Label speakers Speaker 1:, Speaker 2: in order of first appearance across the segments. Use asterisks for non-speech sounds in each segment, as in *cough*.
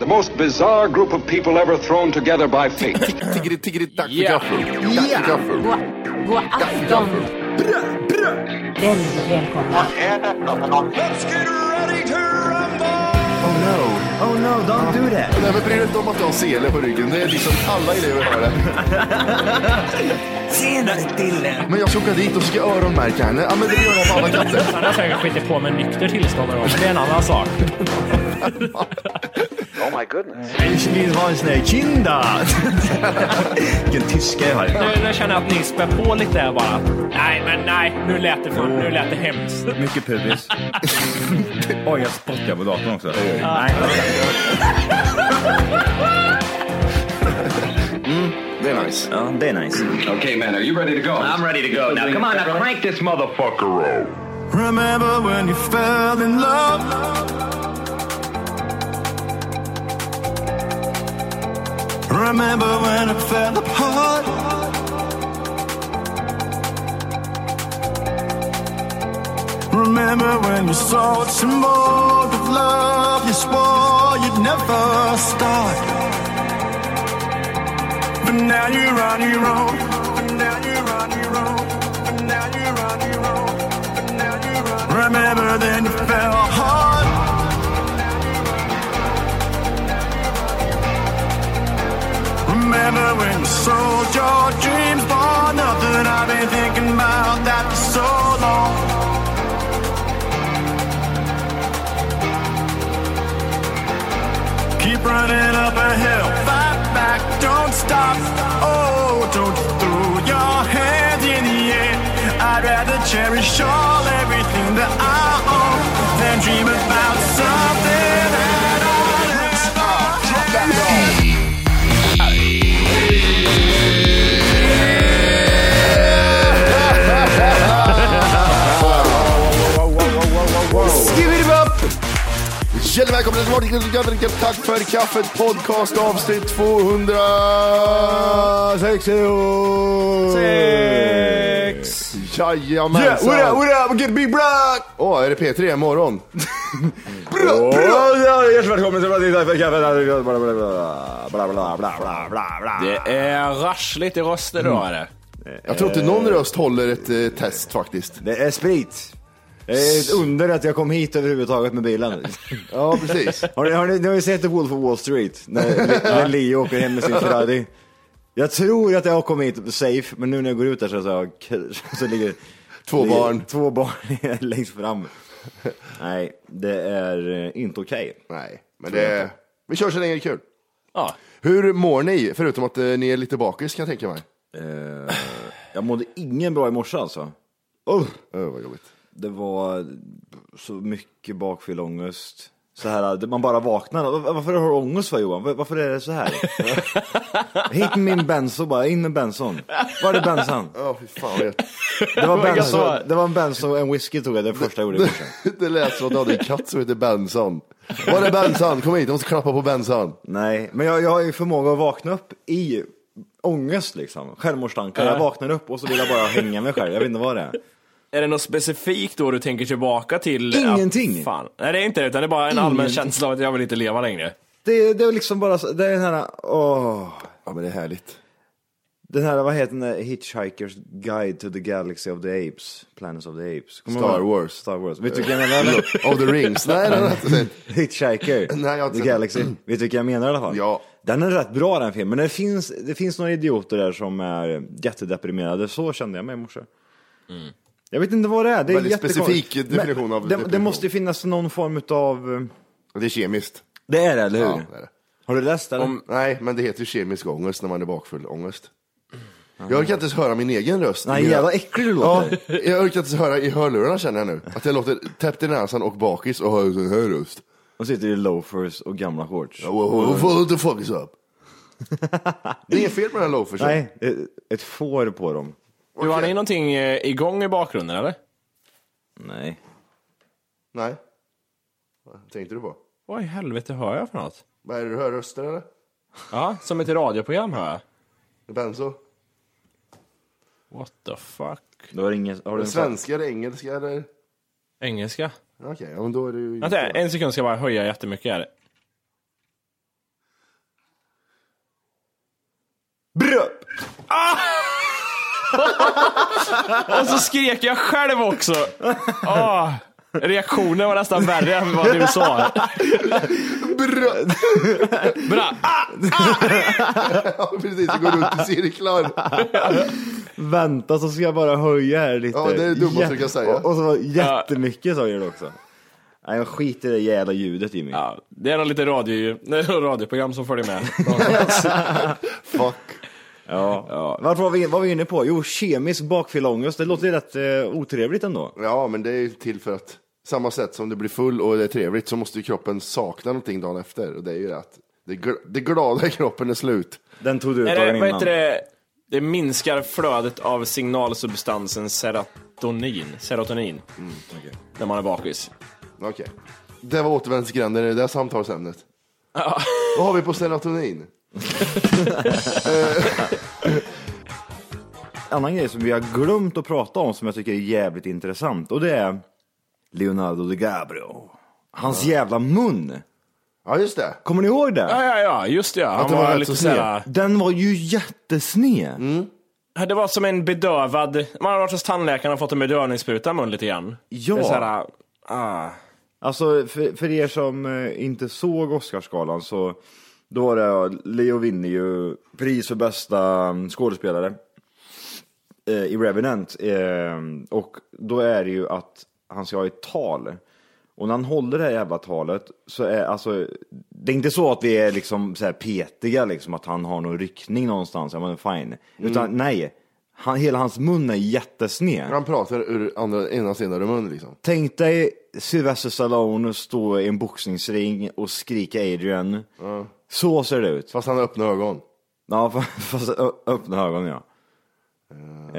Speaker 1: The most bizarre group of people ever thrown together by
Speaker 2: *laughs*
Speaker 1: fate.
Speaker 2: Tiggeri, tiggeri, dack för gaffel. Dack för gaffel.
Speaker 3: God, god afton! Väldigt välkomna.
Speaker 2: Oh no.
Speaker 4: Oh no, don't do that.
Speaker 2: Nej, men bry dig inte om att du har sele på ryggen. Det är liksom alla elever har det.
Speaker 4: Senare Dille.
Speaker 2: Men jag ska åka dit och ska öronmärka henne. Ja, men det gör jag på alla katter.
Speaker 5: Han har säkert skitit på med nykter tillstånd då, men det är en annan sak.
Speaker 4: Ich will ha en *laughs* kinda. Vilken tyska jag har.
Speaker 5: Nu, nu känner jag att ni spär på lite här bara. Nej, men nej, nu lät det, för, nu lät det hemskt.
Speaker 6: Mycket pubis. *laughs* Oj, jag spottar på datorn också.
Speaker 4: Nej.
Speaker 2: Det är nice.
Speaker 6: Ja, det är nice.
Speaker 1: okay, man, are you ready to go?
Speaker 6: I'm ready to go now. Come on, now crank this motherfucker up.
Speaker 4: Remember when you fell in love? Remember when it fell apart? Remember when you sought some more of love you swore you'd never start? But now you're on your own. But now you're on your own. But now you're on your own. But now you're on your own. Remember then you fell hard. Remember when you sold your dreams for nothing? I've been thinking about that for so long. Keep running up a hill, fight back, don't stop. Oh, don't you throw your hands in the air. I'd rather cherish all everything that I own than dream about something that I never.
Speaker 2: Hjärtligt välkomna till Martin Knutsson Gabriel. Tack för kaffet. Podcast avsnitt 266. Jajamensan.
Speaker 4: Yeah, what up, what up, get big black!
Speaker 2: Åh, är det P3 imorgon?
Speaker 4: Bra, bra!
Speaker 6: Hjärtligt välkommen till Radita för kaffet. Bla, bla, bla, bla, bla, bla, bla, bla, bla.
Speaker 7: Det är rassligt i röster idag är det.
Speaker 2: Jag tror inte någon röst håller ett eh, test faktiskt.
Speaker 6: Det är sprit. Det är ett under att jag kom hit överhuvudtaget
Speaker 7: *laughs*
Speaker 6: med bilen.
Speaker 2: Ja, precis.
Speaker 6: Har ni, har ni, ni har ju sett Wolf of Wall Street,
Speaker 2: *laughs*
Speaker 6: när, när Leo åker hem med sin Ferrari. Jag tror att jag kom hit safe, men nu när jag går ut där så, så, har jag- *laughs* så ligger
Speaker 2: Två
Speaker 6: ligger
Speaker 2: barn.
Speaker 6: två barn *laughs* längst fram. Nej, det är eh, inte okej.
Speaker 2: Nej, men det... Vi kör så länge det är kul.
Speaker 7: Ja.
Speaker 2: Hur mår ni? Förutom att eh, ni är lite bakis kan jag tänka mig.
Speaker 6: Eh, jag mådde ingen bra i morse alltså. Oh,
Speaker 2: Öh, vad jobbigt.
Speaker 6: det var så mycket bakfylleångest. Så här, man bara vaknar. Var- Varför har du ångest för Johan? Var- Varför är det
Speaker 2: *laughs*
Speaker 6: så här? Hit med min benson bara, in med benson. Var är bensan?
Speaker 2: Ja, fy fan. vad jag-
Speaker 6: Det var,
Speaker 7: my
Speaker 6: benson,
Speaker 7: God.
Speaker 6: det var en benson och en whisky tog jag, det första jag gjorde i morse.
Speaker 2: *laughs* Det lät som att du hade en katt som heter Benson. Var är Benson? Kom hit, jag måste klappa på Benson.
Speaker 6: Nej, men jag, jag har ju förmåga att vakna upp i ångest liksom. Självmordstankar. Jag vaknar upp och så vill jag bara hänga mig själv. Jag vet inte vad det är.
Speaker 7: Är det något specifikt då du tänker tillbaka till?
Speaker 6: Ingenting.
Speaker 7: Ja, fan. Nej det är inte det, utan det är bara en allmän känsla av att jag vill inte leva längre.
Speaker 6: Det, det är liksom bara, så- det är den här, åh.
Speaker 2: Ja, men det är härligt.
Speaker 6: Den här, vad heter den där Hitchhiker's Guide to the Galaxy of the Apes? Planets of the Apes. Kommer du
Speaker 2: Star
Speaker 6: ihåg?
Speaker 2: Wars.
Speaker 6: Star Wars. Vet du vilken jag menar? eller? *laughs*
Speaker 2: Of the rings. Nej, den har jag inte sett.
Speaker 6: Hitchhiker,
Speaker 2: *laughs* Nej, jag har inte
Speaker 6: The
Speaker 2: sett den.
Speaker 6: Galaxy. Vet du vilken jag menar i alla fall?
Speaker 2: Ja.
Speaker 6: Den är rätt bra den filmen, men det finns, det finns några idioter där som är jättedeprimerade. Så kände jag mig i morse. Jag vet inte vad det är. Det är
Speaker 2: Mm. Väldigt
Speaker 6: jättekonstigt.
Speaker 2: specifik definition
Speaker 6: Men
Speaker 2: av
Speaker 6: det, det
Speaker 2: depression.
Speaker 6: måste ju finnas någon form av...
Speaker 2: Det är kemiskt.
Speaker 6: Det är det, eller hur?
Speaker 2: Ja, det är det.
Speaker 6: Har du läst det?
Speaker 2: Om, nej, men det heter ju kemisk ångest när man är bakfull. Ångest. Jag orkar inte ens höra min egen röst.
Speaker 6: Nej,
Speaker 2: Mina-
Speaker 6: jävla äcklig du låter.
Speaker 2: Ja, jag orkar inte ens höra i hörlurarna känner jag nu. Att jag låter täppt i näsan och bakis och hör sån här röst.
Speaker 6: *laughs* De sitter i loafers och gamla shorts.
Speaker 2: Whoa, whoa, whoa, What the fuck is *laughs* up? Det är inget fel med den här loafersen.
Speaker 6: Nej, ett- ett får på dem.
Speaker 7: Du, har ni någonting eh, igång i bakgrunden eller?
Speaker 6: Nej.
Speaker 2: Nej. Vad tänkte du på?
Speaker 7: Vad i helvete hör jag för något?
Speaker 2: Vad är det du hör? Röster eller?
Speaker 7: Ja, som ett radioprogram hör jag.
Speaker 2: Benzo?
Speaker 7: What the fuck?
Speaker 6: Då har ingen, har du en
Speaker 2: Svenska eller engelska eller?
Speaker 7: Engelska?
Speaker 2: Okej, ja, men då är det ju...
Speaker 7: Vänta, en sekund ska jag bara höja jättemycket här.
Speaker 6: Bröp!
Speaker 7: Och så skrek jag själv också! Ah, reaktionen var nästan värre än vad du sa.
Speaker 2: Brö-
Speaker 7: Bra.
Speaker 2: *laughs* Ja, precis, det går runt i *laughs* cirklar.
Speaker 6: Vänta så ska jag bara höja här lite.
Speaker 2: Ja, det är det dummaste du kan säga.
Speaker 6: Och, och så var jättemycket sa jag också. Nej, jag skiter i det jävla ljudet Jimmy.
Speaker 7: Ja, det är något lite radio, det är något radioprogram som följer med.
Speaker 2: Fuck.
Speaker 6: Ja. Varför var vi, var vi inne på? Jo, kemisk bakfylleångest. Det låter ju rätt eh, otrevligt ändå.
Speaker 2: Ja, men det är ju till för att samma sätt som du blir full och det är trevligt så måste ju kroppen sakna någonting dagen efter. Och det är ju det att det, gl- det glada i kroppen är slut.
Speaker 6: Den tog du ut
Speaker 7: Är
Speaker 6: dagen
Speaker 7: det, vad
Speaker 6: innan.
Speaker 7: heter det? Det minskar flödet av signalsubstansen serotonin. Serotonin. När man är bakis.
Speaker 2: Okej. Det var återvändsgränden i det där samtalsämnet. *laughs* Vad har vi på serotonin?
Speaker 6: annan grej som vi har glömt att prata om som jag tycker är jävligt intressant och det är Leonardo DiCaprio. Hans jävla mun.
Speaker 2: Ja, just det.
Speaker 6: Kommer ni ihåg det?
Speaker 7: Ja, ja, ja, just det ja. Han
Speaker 2: det
Speaker 7: var,
Speaker 2: var rätt
Speaker 7: lite
Speaker 2: så sned.
Speaker 7: såhär...
Speaker 6: Den var ju jättesned.
Speaker 7: Det var som en bedövad... Man har varit hos tandläkaren och fått en bedövningsspruta i munnen lite grann.
Speaker 6: Ja.
Speaker 7: Det är såhär, ah.
Speaker 6: Alltså för, för er som eh, inte såg Oscarsgalan så då var det Leo vinner ju pris för bästa mm, skådespelare eh, i Revenant eh, och då är det ju att han ska ha ett tal och när han håller det här jävla talet så är alltså det är inte så att vi är liksom så här petiga liksom att han har någon ryckning någonstans, ja men fine,
Speaker 7: Mm.
Speaker 6: utan nej, han, hela hans mun är jättesned.
Speaker 2: Han pratar ur andra, ena sidan av munnen liksom.
Speaker 6: Tänk dig Sylvester Stallone stå i en boxningsring och skrika Adrian. Så ser det ut.
Speaker 2: Fast han har öppna ögon.
Speaker 6: Ja, *laughs* fa- fast ö- öppna ögonen ja.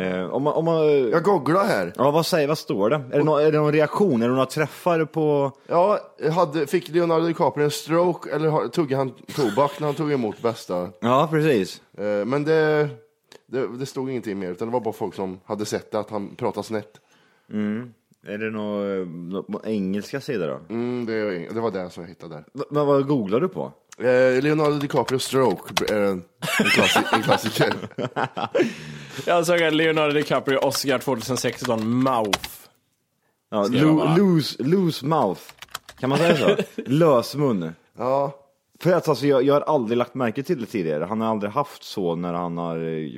Speaker 6: Eh, om man, om man,
Speaker 2: Jag googlar här.
Speaker 6: ja, vad säger, vad står det? Är det, någon, är det någon reaktion? Är det några träffar på?
Speaker 2: Ja, hade, fick Leonardo DiCaprio en stroke eller har- tog han tobak när han tog emot bästa?
Speaker 6: Ja, precis.
Speaker 2: Eh, Men det, det, det stod ingenting mer, utan det var bara folk som hade sett det, att han pratade snett.
Speaker 6: Är det några nå, engelska sidor då?
Speaker 2: Mm, det, det var det som jag hittade där.
Speaker 6: V- Men vad googlar du på?
Speaker 2: Eh, Leonardo DiCaprio stroke är en, en, klassi- en klassiker.
Speaker 7: Jag såg att Leonardo DiCaprio Oscar 2016, mouth.
Speaker 6: Ja,
Speaker 7: jag bara-
Speaker 6: lo, loose, loose mouth. Kan man säga
Speaker 2: *laughs*
Speaker 6: så? Lös mun.
Speaker 2: Ja,
Speaker 6: För att alltså, jag, jag har aldrig lagt märke till det tidigare. Han har aldrig haft så när han har eh,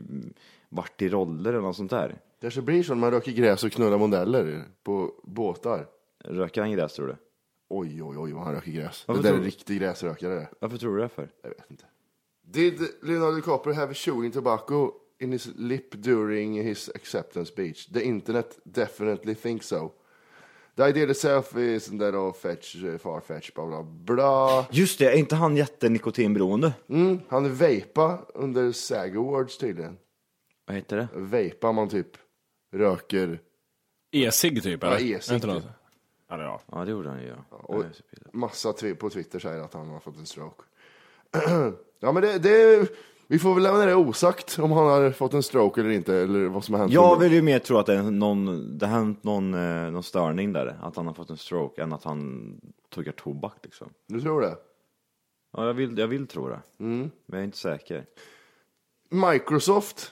Speaker 6: varit i roller eller något sånt där.
Speaker 2: *laughs* det kanske blir så när man röker gräs och knullar modeller på båtar.
Speaker 6: Röker han gräs tror du?
Speaker 2: Oj, oj, oj vad han röker gräs.
Speaker 6: Varför
Speaker 2: det där
Speaker 6: tror
Speaker 2: är
Speaker 6: du?
Speaker 2: riktig gräsrökare det.
Speaker 6: Varför tror du det för?
Speaker 2: Jag vet inte. Did Leonardo DiCaprio have chewing tobacco in his lip during his acceptance speech? The internet definitely thinks so. The idea itself is that of fetch, eh, farfetch, bla bla bla.
Speaker 6: Just det, är inte han jättenikotinberoende?
Speaker 2: Mm, han vejpa under SAG Awards tydligen.
Speaker 6: Vad heter det?
Speaker 2: Vejpa man typ röker.
Speaker 7: E-cigg typ
Speaker 2: Ja,
Speaker 7: eller?
Speaker 2: e-cigg,
Speaker 7: Är det inte något?
Speaker 2: typ.
Speaker 7: Ja, det är ja.
Speaker 6: Ja, det gjorde han ju. Ja.
Speaker 2: Och
Speaker 6: Ja, just det.
Speaker 2: massa twi- på Twitter säger att han har fått en stroke. *clears throat* ja men det, det, vi får väl lämna det osagt om han har fått en stroke eller inte eller vad som har hänt.
Speaker 6: Jag vill ju mer tro att det, är någon, det har hänt någon, eh, någon störning där. Att han har fått en stroke än att han tuggar tobak liksom.
Speaker 2: Du tror det? Mm.
Speaker 6: Ja, jag vill, jag vill tro det. Men jag är inte säker.
Speaker 2: Microsoft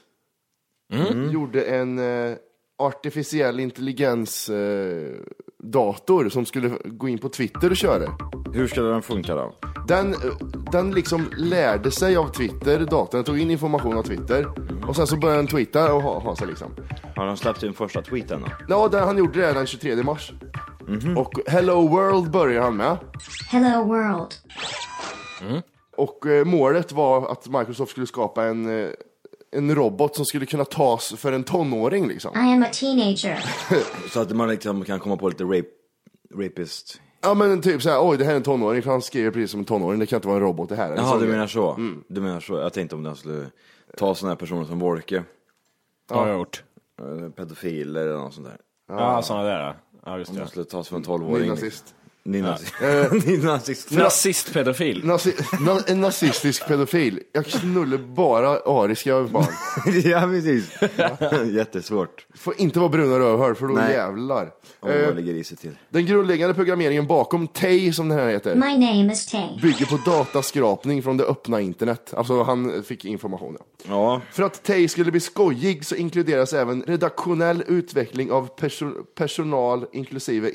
Speaker 2: gjorde en eh, artificiell intelligens-dator som skulle gå in på Twitter och köra det.
Speaker 6: Hur skulle den funka då?
Speaker 2: Den, eh, den liksom lärde sig av Twitter, datorn tog in information av Twitter och sen så började den twittra och ha, ha sig liksom.
Speaker 6: Har de släppt in första tweeten då?
Speaker 2: Ja, där han gjorde det den 23 mars. Och Hello World börjar han med.
Speaker 8: Hello world.
Speaker 2: Och eh, målet var att Microsoft skulle skapa en, eh, en robot som skulle kunna tas för en tonåring liksom.
Speaker 8: I am a teenager.
Speaker 6: Så att man liksom kan komma på lite rape, rapist...
Speaker 2: Ja men typ såhär, oj det här är en tonåring, för han skriver precis som en tonåring, det kan inte vara en robot det här.
Speaker 6: Jaha,
Speaker 2: Så-
Speaker 6: du menar så? Mm. Du menar så? Jag tänkte om den skulle ta sådana här personer som Wolke. eh,
Speaker 2: Ja. Har jag
Speaker 7: gjort.
Speaker 6: Pedofiler eller något sånt där.
Speaker 7: Ja, såna där. ja. Ja, just
Speaker 6: De
Speaker 7: det.
Speaker 6: skulle tas för en 12-åring.
Speaker 2: Nynazist.
Speaker 6: Nynazist. *laughs*
Speaker 2: Nynazist.
Speaker 7: Nazistpedofil.
Speaker 2: Nazi na en nazistisk pedofil. Jag knullar bara ariska barn.
Speaker 6: ja, precis. *laughs* Jättesvårt.
Speaker 2: Får inte vara bruna rövhör för då
Speaker 6: Nej.
Speaker 2: jävlar.
Speaker 6: Om
Speaker 2: Eh,
Speaker 6: man ligger i sig till.
Speaker 2: den grundläggande programmeringen bakom Tay, som den här heter,
Speaker 8: My name is Tay.
Speaker 2: bygger på dataskrapning från det öppna internet. Alltså han fick information. Ja.
Speaker 6: Ja,
Speaker 2: För att Tay skulle bli skojig så inkluderas även redaktionell utveckling av perso personal inklusive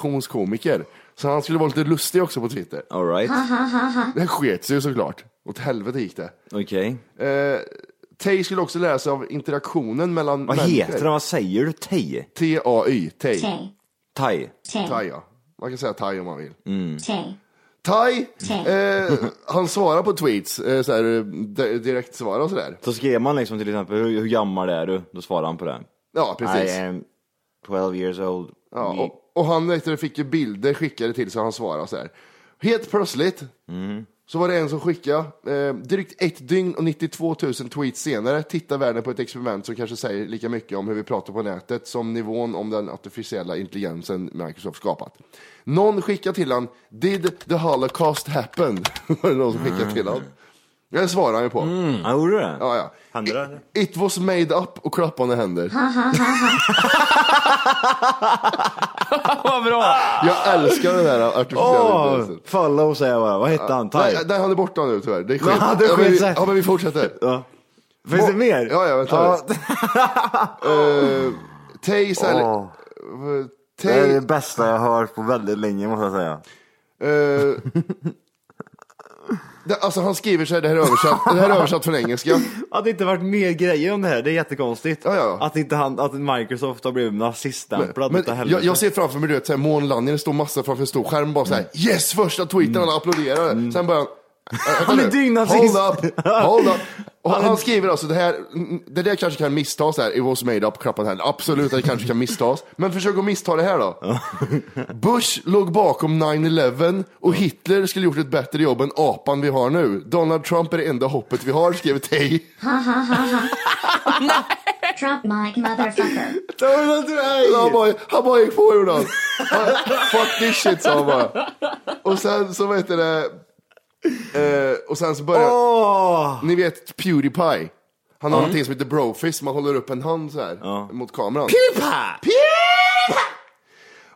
Speaker 2: improvisationskomiker. Så han skulle vara lite lustig också på Twitter.
Speaker 6: alright.
Speaker 2: Det sket sig ju såklart. Åt helvete gick det.
Speaker 6: Okej.
Speaker 2: Eh, Tay skulle också lära sig av interaktionen mellan
Speaker 6: Vad heter den? Vad säger du? Tej?
Speaker 2: T-A-Y, Tay.
Speaker 8: Tay.
Speaker 6: Thai?
Speaker 8: Tay.
Speaker 2: Thai, ja. Man kan säga Tay om man vill.
Speaker 6: Mm.
Speaker 8: Tay.
Speaker 2: Tay,
Speaker 8: Tay.
Speaker 2: eh, han svarar på tweets, eh, så här, eh, di- direkt svarar och sådär.
Speaker 6: Så skrev man liksom till exempel, hur, hur gammal är du? Då svarade han på det.
Speaker 2: Ja, precis.
Speaker 6: I am 12 years old.
Speaker 2: Ja, och, och han vet du, fick ju bilder skickade till så han svarade så här. Helt plötsligt så var det en som skickade, eh, drygt ett dygn och 92 000 tweets senare tittar världen på ett experiment som kanske säger lika mycket om hur vi pratar på nätet som nivån om den artificiella intelligensen Microsoft skapat. Någon skickade till han, did the holocaust happen? *laughs* var det någon som skickade till han. Det svarade han ju på.
Speaker 6: Han Mm. gjorde det?
Speaker 2: Ja, ja.
Speaker 6: Hände det? eller?
Speaker 2: It was made up och klappande händer.
Speaker 6: *laughs*
Speaker 7: Vad bra!
Speaker 2: Jag älskar den här artificiella
Speaker 6: Åh!
Speaker 2: intelligensen.
Speaker 6: follow säger jag bara. Vad hette han? Thai?
Speaker 2: Nej, nej, han är borta nu tyvärr. Det är
Speaker 6: Men
Speaker 2: skit.
Speaker 6: han hade
Speaker 2: ja, men
Speaker 6: skit
Speaker 2: vi,
Speaker 6: sig.
Speaker 2: ja, men vi fortsätter.
Speaker 6: Ja. Finns det mer?
Speaker 2: Ja, ja, vänta.
Speaker 6: Ja,
Speaker 2: *laughs* Uh, Tay säljer...
Speaker 6: Åh.
Speaker 2: eh,
Speaker 6: det är
Speaker 2: Tay...
Speaker 6: det bästa jag hört på väldigt länge måste jag säga.
Speaker 2: eh, *laughs* det- alltså han skriver så här, det här är översatt, det här är översatt från engelska.
Speaker 6: Att det inte varit mer grejer om det här, det är jättekonstigt.
Speaker 2: Ja, ja.
Speaker 6: Att inte han, att Microsoft har blivit naziststämplad
Speaker 2: Men
Speaker 6: utav helvete.
Speaker 2: jag, jag ser framför mig, du vet, så här, Mån Lanjen står massa framför en stor skärm bara så här,
Speaker 6: Mm.
Speaker 2: yes, första tweeten, alla applåderar. Sen
Speaker 6: *laughs*
Speaker 2: börjar han... Äh,
Speaker 6: Han är
Speaker 2: vänta nu.
Speaker 6: dyngnazist.
Speaker 2: Hold up, hold up. Och han, han skriver alltså det här, det där kanske kan misstas här, it was made up, klappat hand. Absolut, det kanske kan misstas. Men försök att missta det här
Speaker 6: *laughs*
Speaker 2: då. Bush låg bakom 9-11 och Hitler skulle gjort ett bättre jobb än apan vi har nu. Donald Trump är det enda hoppet vi har, skrev Tay.
Speaker 8: Drop my motherfucker.
Speaker 2: Han bara, han bara gick på gjorde han. Han- Fuck this shit sa han bara. Och sen så vet du det. Eh, och sen så börjar,
Speaker 6: Åh!
Speaker 2: ni vet Pewdiepie. Han har någonting som heter brofist, man håller upp en hand så här mot kameran.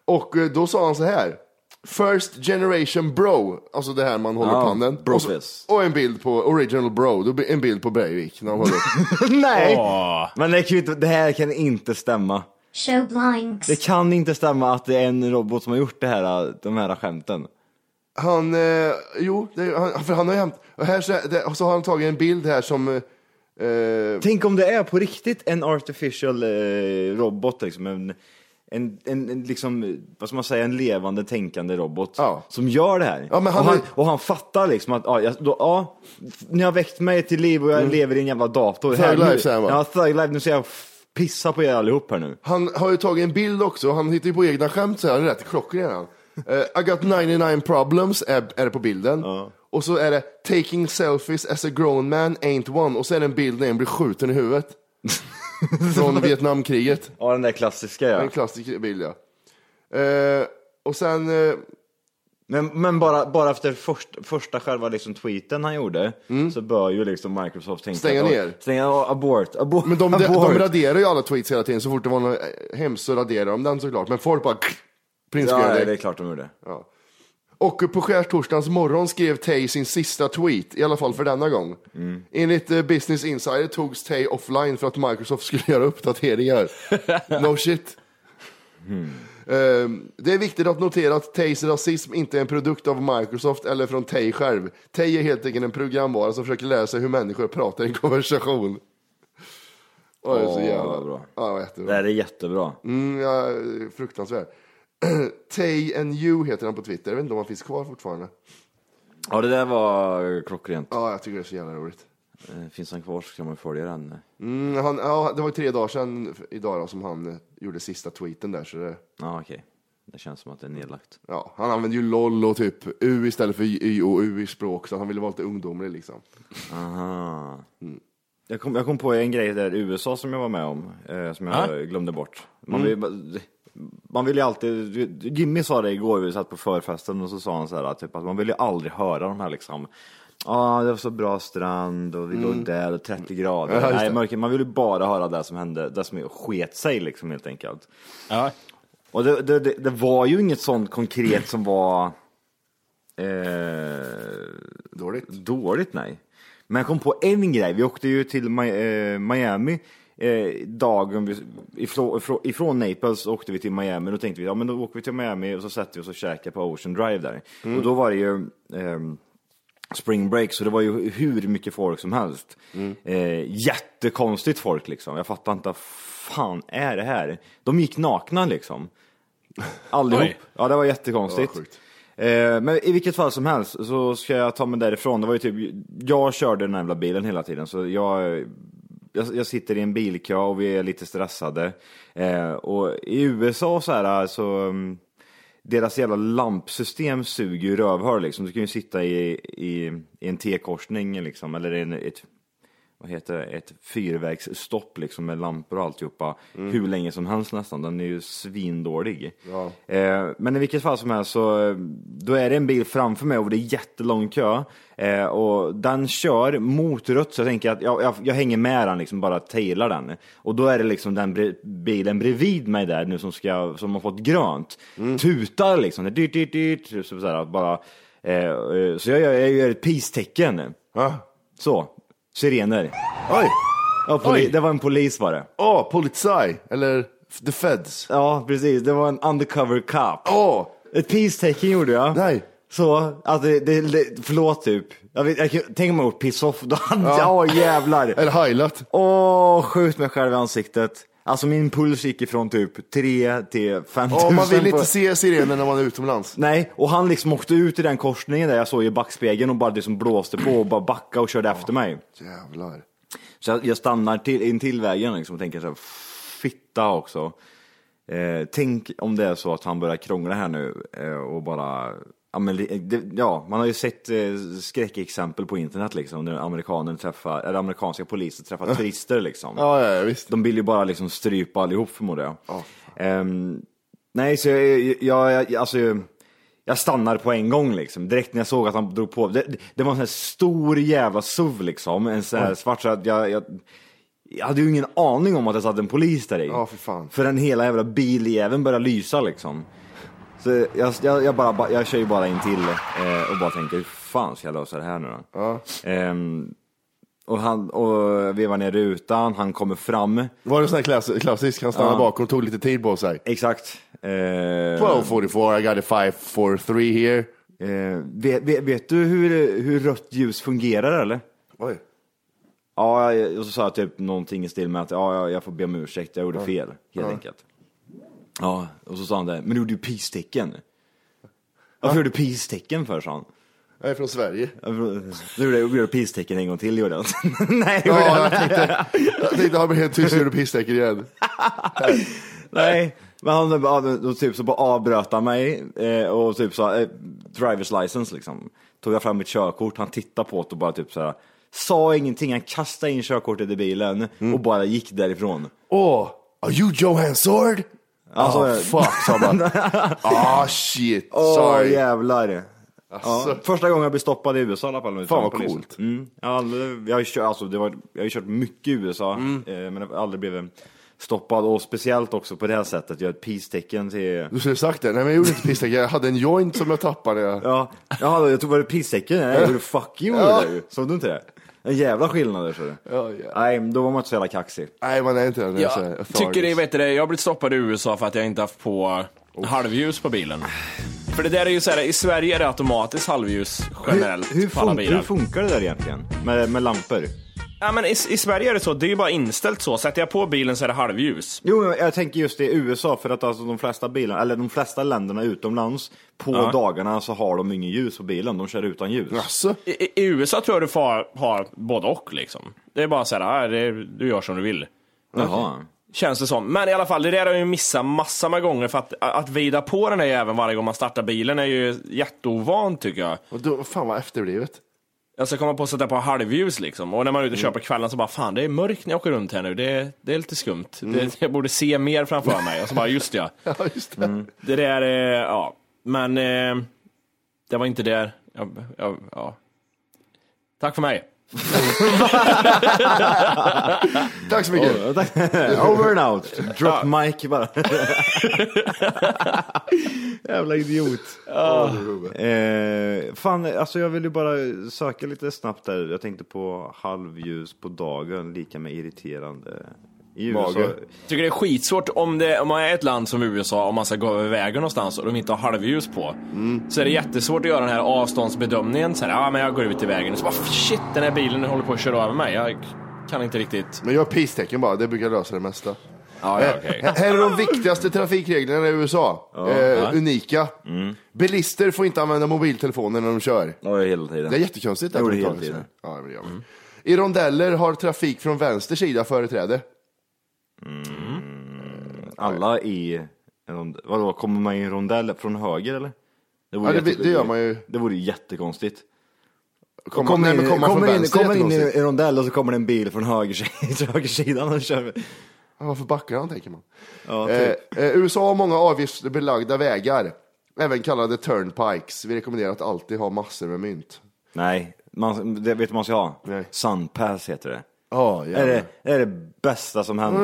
Speaker 2: Och eh, då sa han så här. First generation bro, alltså det här man håller
Speaker 6: Ja,
Speaker 2: upp handen. Och, så, *laughs*
Speaker 6: brofist.
Speaker 2: och en bild på original bro, då blir en bild på Breivik när han håller upp.
Speaker 6: Nej! Men det, kan ju inte, det här kan inte stämma.
Speaker 8: Show blanks.
Speaker 6: Det kan inte stämma att det är en robot som har gjort det här, de här skämten.
Speaker 2: Han, eh, jo, det, han, för han har ju hämt, och här så, det, och så har han tagit en bild här som, eh, eh,
Speaker 6: Tänk om det är på riktigt en artificial eh, robot, liksom. En, en, en, en, liksom, vad ska man säga, en levande tänkande robot
Speaker 2: Ja.
Speaker 6: som gör det här.
Speaker 2: Ja, men han
Speaker 6: och, han,
Speaker 2: har-
Speaker 6: och han fattar liksom att, ja, jag, då, ja, f- ni har väckt mig till liv och jag lever i en jävla dator.
Speaker 2: Mm. Thug
Speaker 6: Här nu-
Speaker 2: life, säger han va?
Speaker 6: Ja, thug life, nu ska jag f- pissa på er allihop här nu.
Speaker 2: han har ju tagit en bild också, han hittar ju på egna skämt så här, han är rätt klockren han. Eh, I got 99 problems är, är det på bilden. Och så är det taking selfies as a grown man ain't one. Och så är det en bild när en blir skjuten i huvudet. Från Vietnamkriget.
Speaker 6: Ja, den där klassiska ja.
Speaker 2: En klassisk bild ja. Eh, och sen, eh,
Speaker 6: Men, men bara, bara efter först, första själva liksom tweeten han gjorde så bör ju liksom Microsoft tänka
Speaker 2: Mm. Stänga
Speaker 6: att, oj,
Speaker 2: ner.
Speaker 6: Stänga, ja, abort, abort,
Speaker 2: men de, de,
Speaker 6: abort.
Speaker 2: de raderar ju alla tweets hela tiden. Så fort det var eh, något hemskt så raderar de den såklart. Men folk bara, printskrev
Speaker 6: ja,
Speaker 2: direkt.
Speaker 6: det är klart de gjorde.
Speaker 2: Och på skärtorsdagens morgon skrev Tay sin sista tweet, i alla fall för denna gång. Mm. Enligt eh, Business Insider togs Tay offline för att Microsoft skulle göra
Speaker 6: *laughs*
Speaker 2: uppdateringar. No shit.
Speaker 6: Hmm.
Speaker 2: Ehm, det är viktigt att notera att Tays rasism inte är en produkt av Microsoft eller från Tay själv. Tay är helt enkelt en programvara som försöker lära sig hur människor pratar i en *laughs* konversation. Åh, det är så
Speaker 6: Åh,
Speaker 2: jävla
Speaker 6: vad bra.
Speaker 2: Ja, jättebra.
Speaker 6: Det här är jättebra.
Speaker 2: Mm, ja, fruktansvärd. *clears throat* Tay and you heter han på Twitter. Jag vet inte om han finns kvar fortfarande.
Speaker 6: Ja, det där var klockrent.
Speaker 2: Ja, jag tycker det är så jävla roligt.
Speaker 6: Eh, Finns han kvar så kan man följa den.
Speaker 2: Mm, han, ja, det var ju tre dagar sedan idag då, som han eh, gjorde sista tweeten där. Så det,
Speaker 6: Ja, okej. Det känns som att det är nedlagt.
Speaker 2: ja, han använde ju LOL och typ U istället för Y och U i språk. Så han ville vara lite ungdomlig liksom.
Speaker 6: Aha. Mm. Jag, kom, jag kom på en grej där i USA som jag var med om, eh, som jag glömde bort.
Speaker 7: Mm.
Speaker 6: Man vill, man vill ju alltid, Jimmy sa det igår, vi satt på förfesten och så sa han så här, typ, att man vill ju aldrig höra de här liksom Ja, ah, det var så bra strand och vi
Speaker 7: Mm.
Speaker 6: låg där och 30
Speaker 7: Ja,
Speaker 6: grader.
Speaker 7: just
Speaker 6: Nej,
Speaker 7: det.
Speaker 6: mörker, man vill ju bara höra det som hände, det som sket sig liksom helt enkelt. Och det, det, det, det var ju inget sånt konkret som var... Eh,
Speaker 2: dåligt?
Speaker 6: Dåligt, nej. Men jag kom på en grej. Vi åkte ju till Mi- eh, Miami eh, dagen vi, ifrån, ifrån, ifrån Naples åkte vi till Miami. Då tänkte vi, ja men då åker vi till Miami och så sätter vi oss och käkar på Ocean Drive där.
Speaker 7: Mm.
Speaker 6: Och då var det ju ehm, spring break, så det var ju hur mycket folk som helst. Eh, jättekonstigt folk liksom. Jag fattar inte, vad fan är det här? De gick nakna liksom. Allihop.
Speaker 7: Oj.
Speaker 6: Ja, det var jättekonstigt.
Speaker 7: Det var sjukt.
Speaker 6: Eh, men i vilket fall som helst så ska jag ta mig därifrån. Det var ju typ, jag körde den här jävla bilen hela tiden så jag, jag, jag sitter i en bilkö och vi är lite stressade. Eh, och i USA så här så mm, deras jävla lampsystem suger ju rövhör liksom. Du kan ju sitta i, i, i en T-korsning liksom, eller i en, ett, vad heter det, ett fyrvägsstopp liksom med lampor och alltihopa
Speaker 7: Mm.
Speaker 6: hur länge som helst nästan. Den är ju svindålig.
Speaker 2: Ja.
Speaker 6: Eh, men i vilket fall som helst så eh, då är det en bil framför mig och det är jättelång kö. Eh, och den kör mot rött så jag tänker att jag, jag, jag hänger med den liksom, bara tailar den. Och då är det liksom den bre- bilen bredvid mig där nu som, ska, som har fått grönt. Tutar liksom, det är dyrt, dyrt, dyrt. Så, så, här, bara, eh, eh, så jag, gör- jag gör ett peace-tecken. Så, sirener.
Speaker 2: Oj!
Speaker 6: Ja, poli-
Speaker 2: Oj.
Speaker 6: Det var en polis var det.
Speaker 2: Åh, Polizei, eller The Feds.
Speaker 6: Ja, precis. Det var en undercover cop.
Speaker 2: Åh!
Speaker 6: Ett peace-tecken gjorde jag.
Speaker 2: Nej.
Speaker 6: Så, att det, det, det, förlåt typ. Jag vet, jag, kan- tänk om jag gjort piss-off, då hade
Speaker 2: Ja.
Speaker 6: jag, åh jävlar.
Speaker 2: Eller highlight.
Speaker 6: Åh, skjut mig själv i ansiktet. Alltså min puls gick ifrån typ 3 till 5
Speaker 2: Ja, man vill
Speaker 6: på-
Speaker 2: inte se sirenen när man är utomlands.
Speaker 6: Nej, och han liksom åkte ut i den korsningen där jag såg i backspegeln och bara liksom blåste på och bara backade och körde efter mig.
Speaker 2: Jävlar.
Speaker 6: Så jag, jag stannar till, in till vägen liksom, och tänker så här, fitta också. Eh, tänk om det är så att han börjar krångla här nu eh, och bara, ja, men, li- det, ja man har ju sett eh, skräckexempel på internet liksom, när amerikaner träffar, eller amerikanska poliser träffar turister liksom.
Speaker 2: Ja, ja, visst.
Speaker 6: De vill ju bara liksom strypa allihop förmodar jag. Ehm, nej, så jag, jag, jag, alltså, jag stannar på en gång liksom. Direkt när jag såg att han drog på. Det, det var en sån här stor jävla SUV liksom. En sån här
Speaker 7: Oj.
Speaker 6: svart så att jag, jag, jag hade ju ingen aning om att det satt en polis där i.
Speaker 2: Ja, för fan.
Speaker 6: Förrän hela jävla biljäveln började lysa liksom. Så jag, jag, jag, bara, ba- jag kör ju bara in till eh, och bara tänker, hur fan ska jag lösa det här nu då? Ehm, och han och vevar ner rutan, han kommer fram.
Speaker 2: Var det sån här klass, klassisk, han stannade
Speaker 6: Ja.
Speaker 2: bakom och tog lite tid på sig?
Speaker 6: Exakt. Eh,
Speaker 2: 12.44, I got a 543 here.
Speaker 6: Eh, vet, vet, vet du hur, hur rött ljus fungerar eller?
Speaker 2: Oj.
Speaker 6: Ja, jag- och så sa jag typ någonting i stil med att ja, jag- jag får be om ursäkt, jag gjorde
Speaker 7: Ja.
Speaker 6: fel helt
Speaker 7: Ja.
Speaker 6: enkelt. Ja, och så sa han det, men du gjorde ju peace-tecken. Varför gjorde du peace-tecken för sa han?
Speaker 2: Jag är från Sverige.
Speaker 6: Jag gjorde- Jag gjorde- jag gjorde peace-tecken en gång till gjorde jag. *laughs* Nej,
Speaker 2: Ja,
Speaker 6: gjorde jag
Speaker 2: jag tänkte, jag tänkte han blir helt tyst och gjorde pisstecken igen.
Speaker 6: Nej, men han ja, men då typ så bara avbröt han mig eh, och typ sa eh, driver's license liksom. Tog jag fram mitt körkort, han tittade på det och bara typ så här, sa ingenting, han kastade in körkortet i bilen
Speaker 2: Mm.
Speaker 6: och bara gick därifrån.
Speaker 2: Åh, are you Johan Sword?
Speaker 6: Alltså,
Speaker 2: Ah, fuck, sa man. *laughs* Ah, shit,
Speaker 6: Åh
Speaker 2: sorry.
Speaker 6: jävlar.
Speaker 2: Alltså.
Speaker 6: Ja, första gången jag blev stoppad i USA i alla fall.
Speaker 2: Fan, vad
Speaker 6: Polisen.
Speaker 2: coolt. Mm.
Speaker 6: Mm. Jag, har aldrig, jag, har ju kört, alltså, det var, jag har ju kört mycket i USA, eh, men jag har aldrig blivit stoppad och speciellt också på det här sättet gör ett peace-tecken till...
Speaker 2: Du skulle ha sagt det. Nej, men jag gjorde inte pisstecken. Jag hade en joint som jag tappade.
Speaker 6: Ja, ja jag tog var det peace-tecken? Nej, jag gjorde fuck you
Speaker 2: Ja.
Speaker 6: ja. där ju. Såg du inte det? En jävla skillnad där, så du.
Speaker 2: Ja,
Speaker 6: Nej, då var man inte så jävla kaxig.
Speaker 2: Nej, man är inte det.
Speaker 7: Jag tycker det, är- vet du, det, jag har blivit stoppad i USA för att jag inte haft på halvljus på bilen. För det där är ju så här, i Sverige är det automatiskt halvljus generellt
Speaker 6: Hur, hur,
Speaker 7: på alla
Speaker 6: fun-
Speaker 7: bilar.
Speaker 6: hur funkar det där egentligen? Med, med lampor?
Speaker 7: Ja, men i, I Sverige är det så, det är ju bara inställt så. Sätter jag på bilen så är det halvljus.
Speaker 6: Jo, jag- jag tänker just det i USA för att alltså de flesta bilarna, eller de flesta länderna utomlands på
Speaker 7: Ja.
Speaker 6: dagarna så har de ingen ljus på bilen, de kör utan ljus.
Speaker 7: I, i- I USA tror jag du får ha- ha både och liksom. Det är bara så här, ja, det, du gör som du vill.
Speaker 6: Jaha.
Speaker 7: Känns det som. Men i alla fall, det där har jag ju missat massor med gånger för att, att vrida på den där jäveln varje gång man startar bilen är ju jätteovant tycker jag.
Speaker 2: Och då, fan vad efterblivet. *laughs*
Speaker 7: Jag ska komma på att sätta på halvljus liksom. Och när man är ute och kör på kvällen så bara, fan det är mörkt när jag åker runt här nu. Det, det är lite skumt. Det, jag borde se mer framför mig. Och så bara, just det, ja.
Speaker 2: Ja, just det.
Speaker 7: Det där, eh, ja. Men eh, det var inte där. Jag, jag, ja. Tack för mig.
Speaker 2: Tack så mycket.
Speaker 6: Ja, tack. *laughs* Over and out. Oh, Drop mic
Speaker 2: *laughs*
Speaker 6: bara. Jävla idiot. Ah. Eh, fan, alltså jag vill ju bara söka lite snabbt där. Jag tänkte på halvljus på dagen, lika med irriterande. I USA.
Speaker 7: Jag tycker det är skitsvårt om, det, om man är ett land som USA och man ska gå över vägen någonstans och de inte har halvljus på. Så är det jättesvårt att göra den här avståndsbedömningen. Så här, ja men jag går ut till vägen och så bara shit den här bilen håller på att köra över mig. Jag kan inte riktigt.
Speaker 2: Men gör peace-tecken bara. Det brukar lösa det mesta.
Speaker 7: Ja, ja,
Speaker 2: Eh,
Speaker 7: okej.
Speaker 2: här- Här är de viktigaste trafikreglerna i USA.
Speaker 6: Ja.
Speaker 2: eh,
Speaker 6: Ja. Mm.
Speaker 2: unika. Bilister får inte använda mobiltelefoner när de kör.
Speaker 6: Ja, hela tiden.
Speaker 2: Det är jättekonstigt.
Speaker 6: Jag
Speaker 2: att de
Speaker 6: gjorde det
Speaker 2: tar
Speaker 6: hela
Speaker 2: det så här.
Speaker 6: tiden.
Speaker 2: Ja, det gör
Speaker 6: Mm.
Speaker 2: man. I rondeller har trafik från vänster sida företräde.
Speaker 6: Alla i en rond- Vadå, kommer man i en rondell från höger eller? Det, vore
Speaker 2: Ja, det-
Speaker 6: jätte-
Speaker 2: det gör man ju.
Speaker 6: Det vore ju jättekonstigt.
Speaker 2: Komma-
Speaker 6: kommer
Speaker 2: nej,
Speaker 6: in,
Speaker 2: men komma från
Speaker 6: kommer in,
Speaker 2: vänster är
Speaker 6: kommer in i
Speaker 2: jättekonstigt.
Speaker 6: en rondell och så kommer det en bil från *laughs* höger, högersidan och kör.
Speaker 2: Ja, varför backar han, tänker man.
Speaker 6: Ja, typ.
Speaker 2: Eh, eh, USA har många avgiftsbelagda vägar, även kallade turnpikes. Vi rekommenderar att alltid ha massor med mynt.
Speaker 6: Nej, man, det vet du vad man ska ha?
Speaker 2: Nej.
Speaker 6: Sunpass heter det.
Speaker 2: Ja, Mm.
Speaker 6: Det är det, det är det bästa som hänt.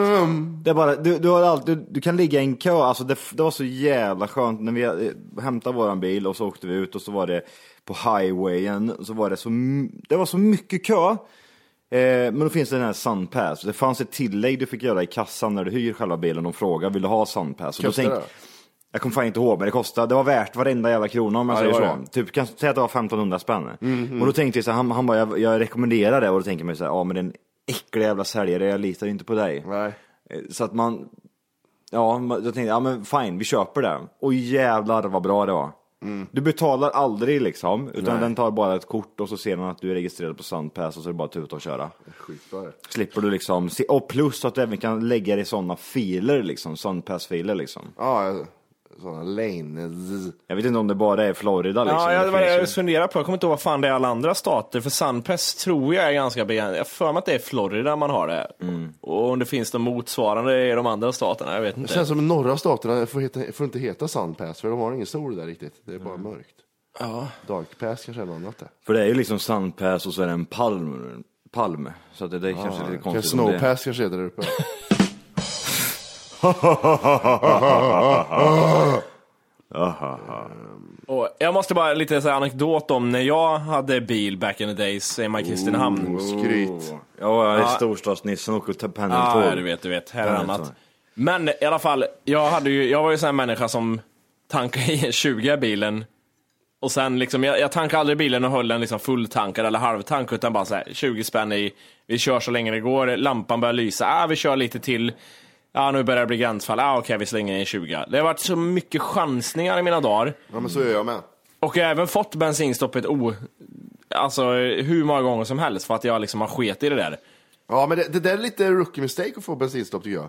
Speaker 6: Det är bara, du, du, har allt, du, du kan ligga i en kö, alltså det, det var så jävla skönt när vi eh, hämtade våran bil och så åkte vi ut och så var det på highwayen, så var det så, m- det var så mycket kö. Eh, men då finns det den här Sunpass, det fanns ett tillägg du fick göra i kassan när du hyr själva bilen, de frågar vill du ha Sunpass? Och då
Speaker 2: Kostar
Speaker 6: tänkte-
Speaker 2: det?
Speaker 6: jag kommer fan inte ihåg, men det kostade, det var värt varenda jävla krona om jag
Speaker 2: Ja, det
Speaker 6: säger
Speaker 2: var
Speaker 6: så.
Speaker 2: det.
Speaker 6: Typ, kan säga att det var 1500 spänn.
Speaker 7: Mhm.
Speaker 6: Och då tänkte jag så här, han, han bara, jag, jag rekommenderar det. Och då tänker man ju så här, ja men det är en äcklig jävla säljare, jag litar ju inte på dig.
Speaker 2: Nej.
Speaker 6: Eh, Så att man, ja, man- jag tänkte, ja men fine, vi köper det. Och jävlar vad bra det var.
Speaker 7: Mm.
Speaker 6: Du betalar aldrig liksom, utan den tar bara ett kort och så ser den att du är registrerad på Sandpass och så är det bara att tuta och köra.
Speaker 2: Skitbra.
Speaker 6: Slipper du liksom, se, och plus att du även kan lägga det i sådana filer liksom, Sandpass-filer liksom.
Speaker 2: Ja, sådana lane. zzz.
Speaker 6: Jag vet inte om det bara är Florida liksom.
Speaker 7: ja, det var det
Speaker 6: finns
Speaker 7: jag
Speaker 6: ju-
Speaker 7: funderade på. Jag kommer inte ihåg vad fan det är i alla andra stater. För Sunpass tror jag är ganska begränsat. Jag har för mig att det är Florida man har det. Och om det finns något motsvarande i de andra staterna, jag vet
Speaker 2: Det
Speaker 7: inte.
Speaker 2: känns som norra staterna får, heta, får inte heta Sunpass, för de har ingen sol där riktigt. Det är bara mörkt.
Speaker 7: Ja.
Speaker 2: Dark Pass kanske är något annat det.
Speaker 6: För det är ju liksom sandpass och så är det en palm. palm. Så att det, det är kanske är lite
Speaker 2: Kanske
Speaker 6: konstigt. om det-
Speaker 2: Ah, *laughs* Snowpass kanske heter där uppe.
Speaker 7: Och jag måste bara lite så här anekdot om när jag hade bil back in the days hemma i Kristinehamn.
Speaker 2: Skryt.
Speaker 6: Ja,
Speaker 2: Ah.
Speaker 7: Ja.
Speaker 6: ja. storstadsnissen och åker ta pendeltåg.
Speaker 7: Ja, du vet, du vet. Här är
Speaker 6: Ja,
Speaker 7: annat.
Speaker 6: så.
Speaker 7: Men i alla fall, jag, hade ju, jag var ju sån här människa som tankade i *laughs* en 20 i bilen. Och sen liksom, jag, jag tankade aldrig bilen och höll den liksom fulltankad eller halvtank, utan bara så här 20 spänn i, vi kör så länge det går, lampan börjar lysa, ah, vi kör lite till, ah, nu börjar det bli gränsfall, ah, okej vi slänger i en 20 Det har varit så mycket chansningar i mina dagar.
Speaker 2: Ja, men så gör jag med.
Speaker 7: Och jag har även fått bensinstoppet o... Alltså hur många gånger som helst för att jag liksom har sket i det där.
Speaker 2: Ja, men det, det där är lite rookie mistake att få bensinstopp tycker jag.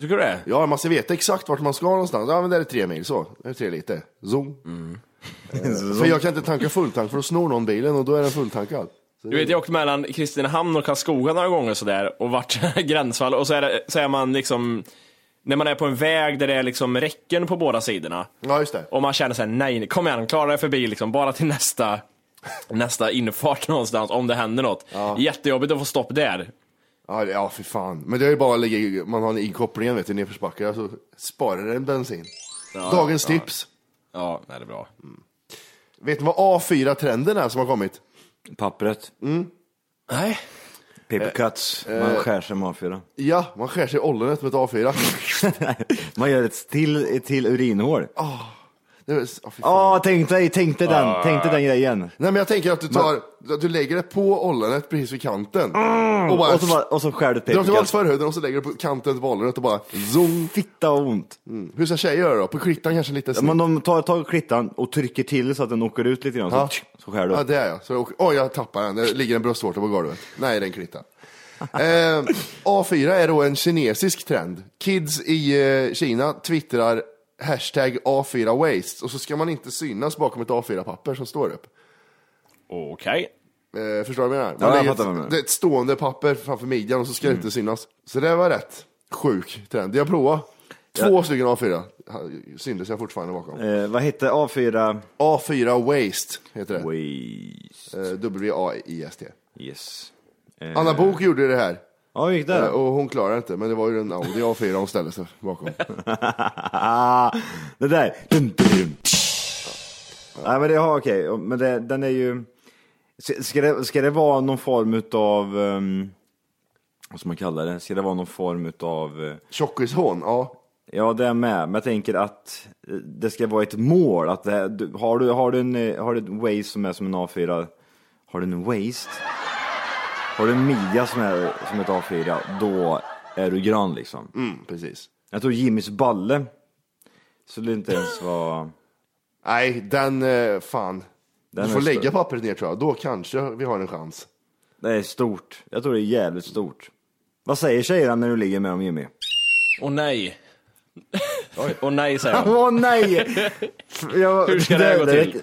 Speaker 7: Tycker du det?
Speaker 2: Ja, man ska veta exakt vart man ska någonstans. Ja, men där är tre mil, så. Där är tre liter. Zoom. För jag kan inte tanka fulltank för då snor någon bilen och då är den fulltankad. Så
Speaker 7: Du vet, jag åkte mellan Kristinehamn och Karlskoga några gånger sådär och *laughs* vart gränsfall och så är, det, så är man liksom, när man är på en väg där det är liksom räcken på båda sidorna
Speaker 2: Ja, just det.
Speaker 7: och man känner såhär, nej, kom igen, klara dig förbi liksom, bara till nästa, nästa infart någonstans om det händer något. Jättejobbigt att få stopp där.
Speaker 2: Ja, det- ja, för fan. Men det är ju bara att lägga i, man har en inkoppling vet du, i nedförsbackar, så sparar den bensin. Dagens
Speaker 7: ja.
Speaker 2: tips.
Speaker 7: Ja, nej, det är bra.
Speaker 2: Vet ni vad A4-trenden är som har kommit?
Speaker 6: Pappret.
Speaker 2: Mm.
Speaker 7: Nej.
Speaker 6: Paper cuts.
Speaker 2: eh,
Speaker 6: Man skär sig med A4.
Speaker 2: Ja, man skär sig i ollonet med ett A4.
Speaker 6: *laughs* Man gör ett till, ett till urinhål.
Speaker 2: Ah, det är- ah, fy fan.
Speaker 6: Ja, tänk dig, tänk dig den,
Speaker 2: Ah.
Speaker 6: tänk dig den grejen.
Speaker 2: Nej men jag tänker att du tar, att du lägger det på ollonet precis vid kanten.
Speaker 6: Och, bara, Mm. och, så, bara, och så skär du ett
Speaker 2: Drar
Speaker 6: paper
Speaker 2: tillbaka
Speaker 6: cut.
Speaker 2: förhuden och så lägger du på kanten på ollonet och bara zong.
Speaker 6: Fitta vad ont.
Speaker 2: Mm. Hur ska tjejer göra då? På klittan kanske lite
Speaker 6: Ja, men de tar tag i klittan och trycker till så att den åker ut lite grann.
Speaker 2: Ja.
Speaker 6: Så, så skär du.
Speaker 2: Ja, det är jag. Så, jag åker- oj, jag tappar den. Det ligger en bröstvårta på golvet. Nej, den
Speaker 6: *laughs*
Speaker 2: klittan. Eh, A4 är då en kinesisk trend. Kids i eh, Kina twittrar hashtag A4 waste och så ska man inte synas bakom ett A4-papper som står upp.
Speaker 7: Okej.
Speaker 2: Eh, förstår du vad jag menar?
Speaker 6: Ja,
Speaker 2: Man
Speaker 6: jag
Speaker 2: lägger
Speaker 6: fattar vad du
Speaker 2: ett,
Speaker 6: menar. Mm.
Speaker 2: det är ett stående papper framför midjan och så ska det inte synas. Så det var rätt sjuk trend. Jag provade. Två stycken A4 syndes jag fortfarande bakom.
Speaker 6: Eh, vad hette A4?
Speaker 2: A4 Waste heter det.
Speaker 6: Waste.
Speaker 2: Eh, W-A-I-S-T.
Speaker 6: Yes.
Speaker 2: Anna Bok gjorde det här.
Speaker 6: Ja, hur gick
Speaker 2: Eh,
Speaker 6: det?
Speaker 2: Och hon klarade inte, men det var ju en Audi A4 hon ställde sig bakom.
Speaker 6: *laughs* det där. Dum, dum, dum. Nej, men det har okej. Men det, den är ju... Ska- Ska det, ska det vara någon form utav... Um, vad ska man kalla det? Ska det vara någon form utav... eh,
Speaker 2: Tjockishån, ja.
Speaker 6: Ja, det är med. Men jag tänker att eh, det ska vara ett mål. Att det, här- du- har, du, har, du en, eh, har du en waist som är som en A4, har du en waist? Har du en midja som är som ett A4, då är du grön liksom.
Speaker 2: Mm, precis.
Speaker 6: Jag tror Jimmys balle skulle inte ens vara...
Speaker 2: Nej, den, eh, fan.
Speaker 6: Den
Speaker 2: du
Speaker 6: är
Speaker 2: får
Speaker 6: större.
Speaker 2: lägga pappret ner tror jag, då kanske vi har en chans.
Speaker 6: Det är stort. Jag tror det är jävligt stort. Vad säger tjejerna när du ligger med dem Jimmy?
Speaker 7: Åh *laughs* nej. Åh nej, säger
Speaker 6: *laughs* Åh
Speaker 7: de. *laughs*
Speaker 6: nej! Jag,
Speaker 7: Hur ska det här gå till?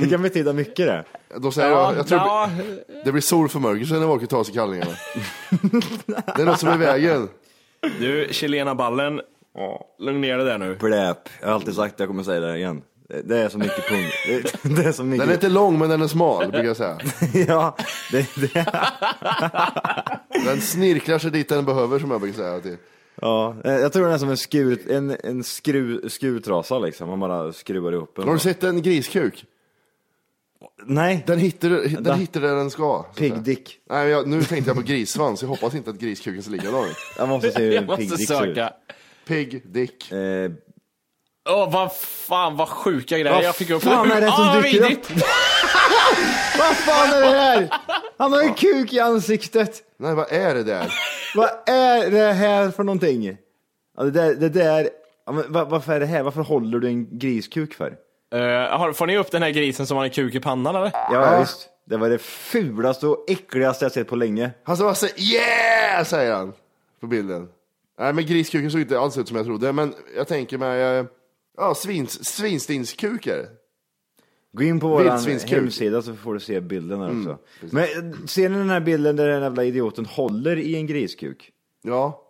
Speaker 6: Det, kan betyda mycket det.
Speaker 2: Då säger
Speaker 7: Ja,
Speaker 2: jag, jag tror
Speaker 7: ja.
Speaker 2: det blir solförmörkelse när Walker tar sig kallingarna. det är något som är i vägen.
Speaker 7: Du, Chilena-ballen. Lugn ner dig där nu.
Speaker 6: Bläp. Jag har alltid sagt det, jag kommer säga det igen. Det- Det är så mycket pung. Det, *laughs* det är så mycket...
Speaker 2: Den är typ- inte lång, men den är smal, brukar jag säga.
Speaker 6: *laughs* ja, det, det,
Speaker 2: Den snirklar sig dit den behöver, som jag brukar säga. Till.
Speaker 6: ja. Eh, Jag tror den är som en, skur, en, en skru, skurtrasa liksom. Man bara skruvar ihop den.
Speaker 2: Har du sett en griskuk?
Speaker 6: Nej,
Speaker 2: Den hittar,
Speaker 6: Da.
Speaker 2: den hittar där den ska. så att säga.
Speaker 6: Pig dick.
Speaker 2: Nej, men jag, nu tänkte jag på grissvans. Jag hoppas inte att griskuken ser likadan ut.
Speaker 6: jag måste
Speaker 7: *laughs*
Speaker 6: se hur
Speaker 7: Jag
Speaker 6: en pig
Speaker 7: måste
Speaker 6: dick ser ut.
Speaker 7: söka.
Speaker 2: Pig dick.
Speaker 6: Eh,
Speaker 7: Åh, vad fan vad sjuka grejer
Speaker 6: Vad
Speaker 7: jag fick upp.
Speaker 6: fan är det som
Speaker 7: Ah, vad
Speaker 6: dyker upp?
Speaker 7: vidrigt.
Speaker 6: *laughs* vad fan är det här? Han har en kuk i ansiktet.
Speaker 2: Nej, vad är det där?
Speaker 6: Vad är det här för någonting? Ja, det där, det där ja, men, va- varför är det här? Varför håller du en griskuk för?
Speaker 7: Eh, har- får ni upp den här grisen som har en kuk i pannan eller?
Speaker 6: Ja, ja visst. Det var det fulaste och äckligaste jag sett på länge.
Speaker 2: Han ska bara säga yeah, säger han på bilden. Nej, men griskuken såg inte alls ut som jag trodde, men jag tänker mig, eh, ja, svins, svinstinkskuk är det.
Speaker 6: Gå in på vår
Speaker 2: Vildsvinskuk.
Speaker 6: hemsida så får du se bilden här också. Men eh, ser ni den här bilden där den jävla idioten håller i en griskuk?
Speaker 2: Ja,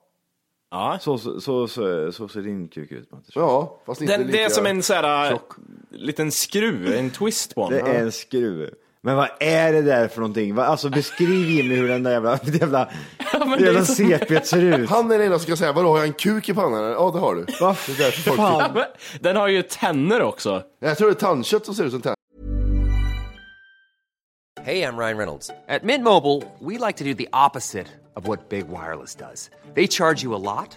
Speaker 7: Ja.
Speaker 6: Så, så, så, så, så ser din kuk ut Matters.
Speaker 2: ja, fast inte
Speaker 7: Den,
Speaker 2: lika.
Speaker 7: det är som en sån här eh,
Speaker 2: tjock.
Speaker 7: liten skruv, en twist på *laughs*
Speaker 6: Det
Speaker 7: den.
Speaker 6: är en skruv. Men vad är det där för någonting? Vad- Alltså beskriv Jimmy hur den där jävla, *laughs* det jävla,
Speaker 7: men
Speaker 6: det
Speaker 7: det är
Speaker 6: jävla
Speaker 7: så-
Speaker 6: sepet ser ut.
Speaker 2: Typ. Han är den enda som ska säga, vadå, har jag en kuk i pannan? Ja, det har du.
Speaker 6: Vad
Speaker 2: Det är därför folk
Speaker 6: fan?
Speaker 7: Men Den har ju tänder också.
Speaker 2: Jag tror det är tandkött som ser ut som tänder.
Speaker 9: Hey, I'm Ryan Reynolds. At Mint Mobile, we like to do the opposite of what Big Wireless does. They charge you a lot,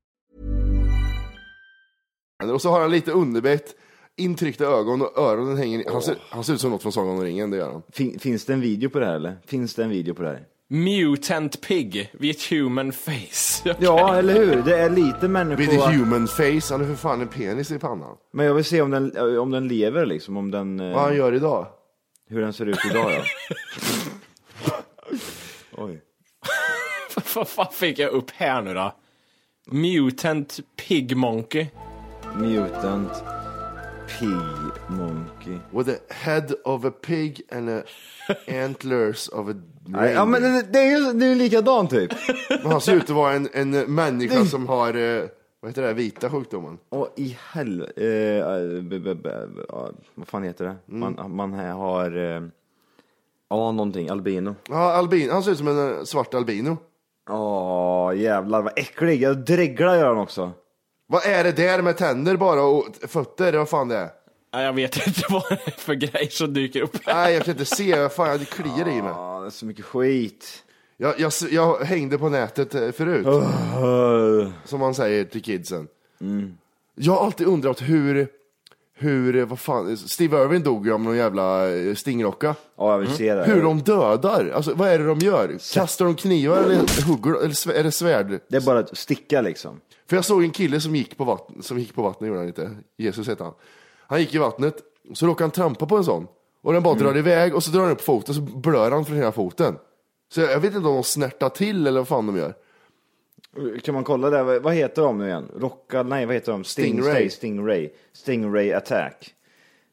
Speaker 2: Och så har han lite underbett, intryckta ögon och öronen hänger han ser, han ser ut som något från Sagan om ringen, det gör han.
Speaker 6: Fin, finns det en video på det här eller? Finns det en video på det här?
Speaker 7: Mutant Pig with human face. *laughs*
Speaker 6: Ja, eller hur? Det är lite människor...
Speaker 2: With a human face, han har för fan en penis i pannan.
Speaker 6: Men jag vill se om den, eh, om den lever liksom, om den... eh,
Speaker 2: Vad han gör idag.
Speaker 6: Hur den ser ut idag *laughs* ja. Oj.
Speaker 7: Vad fan fick jag upp här nu då? Mutant Pig Monkey.
Speaker 6: Mutant Pig Monkey.
Speaker 2: With the head of a pig and a antlers of a
Speaker 6: Nej, ja men det, det är ju det är ju likadan typ.
Speaker 2: Men han ser ut att vara en, en människa som har, eh, vad heter det, här, vita sjukdomen.
Speaker 6: *laughs* Åh i helvete. Eh, b- b- b- ja, vad fan heter det? Man, man här har... eh, Ja, någonting. Albino.
Speaker 2: Ja, albin, han ser ut som en eh, svart albino.
Speaker 6: Åh, jävlar vad äcklig. Jag dreglar gör han också.
Speaker 2: Vad är det där med tänder bara och t- fötter? Vad fan det är?
Speaker 7: Ja, jag vet inte *laughs* vad det är för grej som dyker upp.
Speaker 2: Nej, jag kan inte se. Vad Fan, det kliar i mig.
Speaker 6: Ja, det är så mycket skit.
Speaker 2: Jag, jag, s- jag hängde på nätet eh, förut,
Speaker 6: Öh.
Speaker 2: som man säger till kidsen. Jag har alltid undrat hur, hur, eh, vad fan, Steve Irwin dog ju av någon jävla eh, stingrocka.
Speaker 6: Ja, jag vill se det.
Speaker 2: Hur de dödar, alltså vad är det de gör? Kastar de knivar eller hugger de- eller sve- är det svärd?
Speaker 6: Det är bara att sticka liksom.
Speaker 2: För jag såg en kille som gick på vattnet, som gick på vattnet gjorde han inte, Jesus hette han. Han gick i vattnet, så råkade han trampa på en sån. Och den bara drar iväg och så drar han upp foten så blör han från hela foten. Så jag vet inte om de snärtar till eller vad fan de gör.
Speaker 6: Kan man kolla där, vad- vad heter de nu igen? Rocka, nej vad heter de? Sting,
Speaker 2: Stingray.
Speaker 6: Stingray. Stingray. Stingray attack.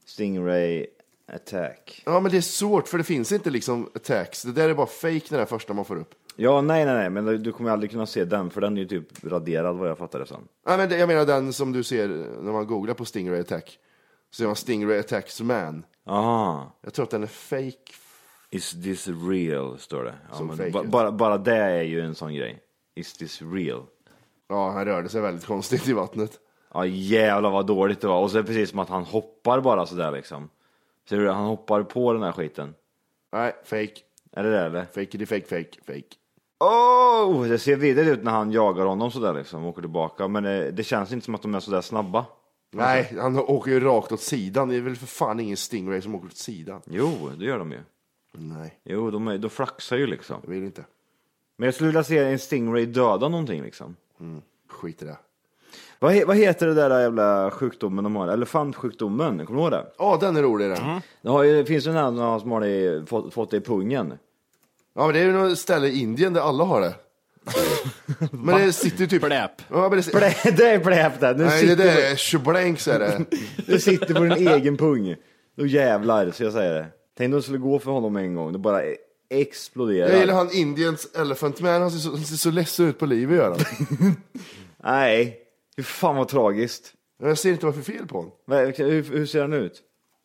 Speaker 6: Stingray attack.
Speaker 2: Ja men det är svårt för det finns inte liksom attacks, det där är bara fake den här första man får upp.
Speaker 6: Ja, nej, nej, nej, men du- du kommer aldrig kunna se den för den är ju typ raderad vad jag fattar det som.
Speaker 2: Nej men det, jag menar den som du ser när man googlar på Stingray Attack. Så ser man Stingray Attacks Man.
Speaker 6: Aha.
Speaker 2: Jag tror att den är fake.
Speaker 6: Is this real, står det. Ja,
Speaker 2: Som
Speaker 6: men
Speaker 2: fake,
Speaker 6: ba-
Speaker 2: ja.
Speaker 6: bara, bara det är ju en sån grej. Is this real?
Speaker 2: Ja han rörde sig väldigt konstigt i vattnet.
Speaker 6: Ja, jävlar vad dåligt det var. Och så är det precis som att han hoppar bara sådär liksom. Ser du, han hoppar på den här skiten.
Speaker 2: Nej, fake.
Speaker 6: Är det det eller?
Speaker 2: Fake, fake, fake, fake.
Speaker 6: Oh, det ser vidare ut när han jagar honom sådär liksom, åker tillbaka. Men eh, det, det känns inte som att de är sådär snabba.
Speaker 2: Nej, Alltså, han åker ju rakt åt sidan. Det är väl för fan ingen Stingray som åker åt sidan.
Speaker 6: Jo, det gör de ju.
Speaker 2: Nej,
Speaker 6: Jo, de, är, de flaxar ju liksom.
Speaker 2: jag vill inte.
Speaker 6: Men jag skulle vilja se en Stingray döda någonting liksom.
Speaker 2: Skit i det.
Speaker 6: Vad, he, vad heter det där jävla sjukdomen de har? Elefantsjukdomen, kommer du ihåg det?
Speaker 2: Ja, den är rolig den.
Speaker 6: Det har ju, det finns ju en annan som har det, i- fått, fått det i pungen.
Speaker 2: Ja, men det är ju något ställe i Indien där alla *laughs* har det. men det sitter ju typ...
Speaker 7: Pläp.
Speaker 2: Ja, men det...
Speaker 6: Blä, *laughs* det är bläp där! Nu
Speaker 2: Nej, det
Speaker 6: sitter,
Speaker 2: där är tjoblänks är det.
Speaker 6: på- du sitter på din egen pung. Då jävlar, så jag säger det. Tänk om det skulle gå för honom en gång, det bara e- exploderar.
Speaker 2: Jag gillar han Indiens Elephant Man, han ser så, han ser så ledsen ut på livet gör han.
Speaker 6: Nej, hur fan vad tragiskt.
Speaker 2: Men Jag ser inte vad det är för fel på honom.
Speaker 6: Vad- Hur, hur ser den ut?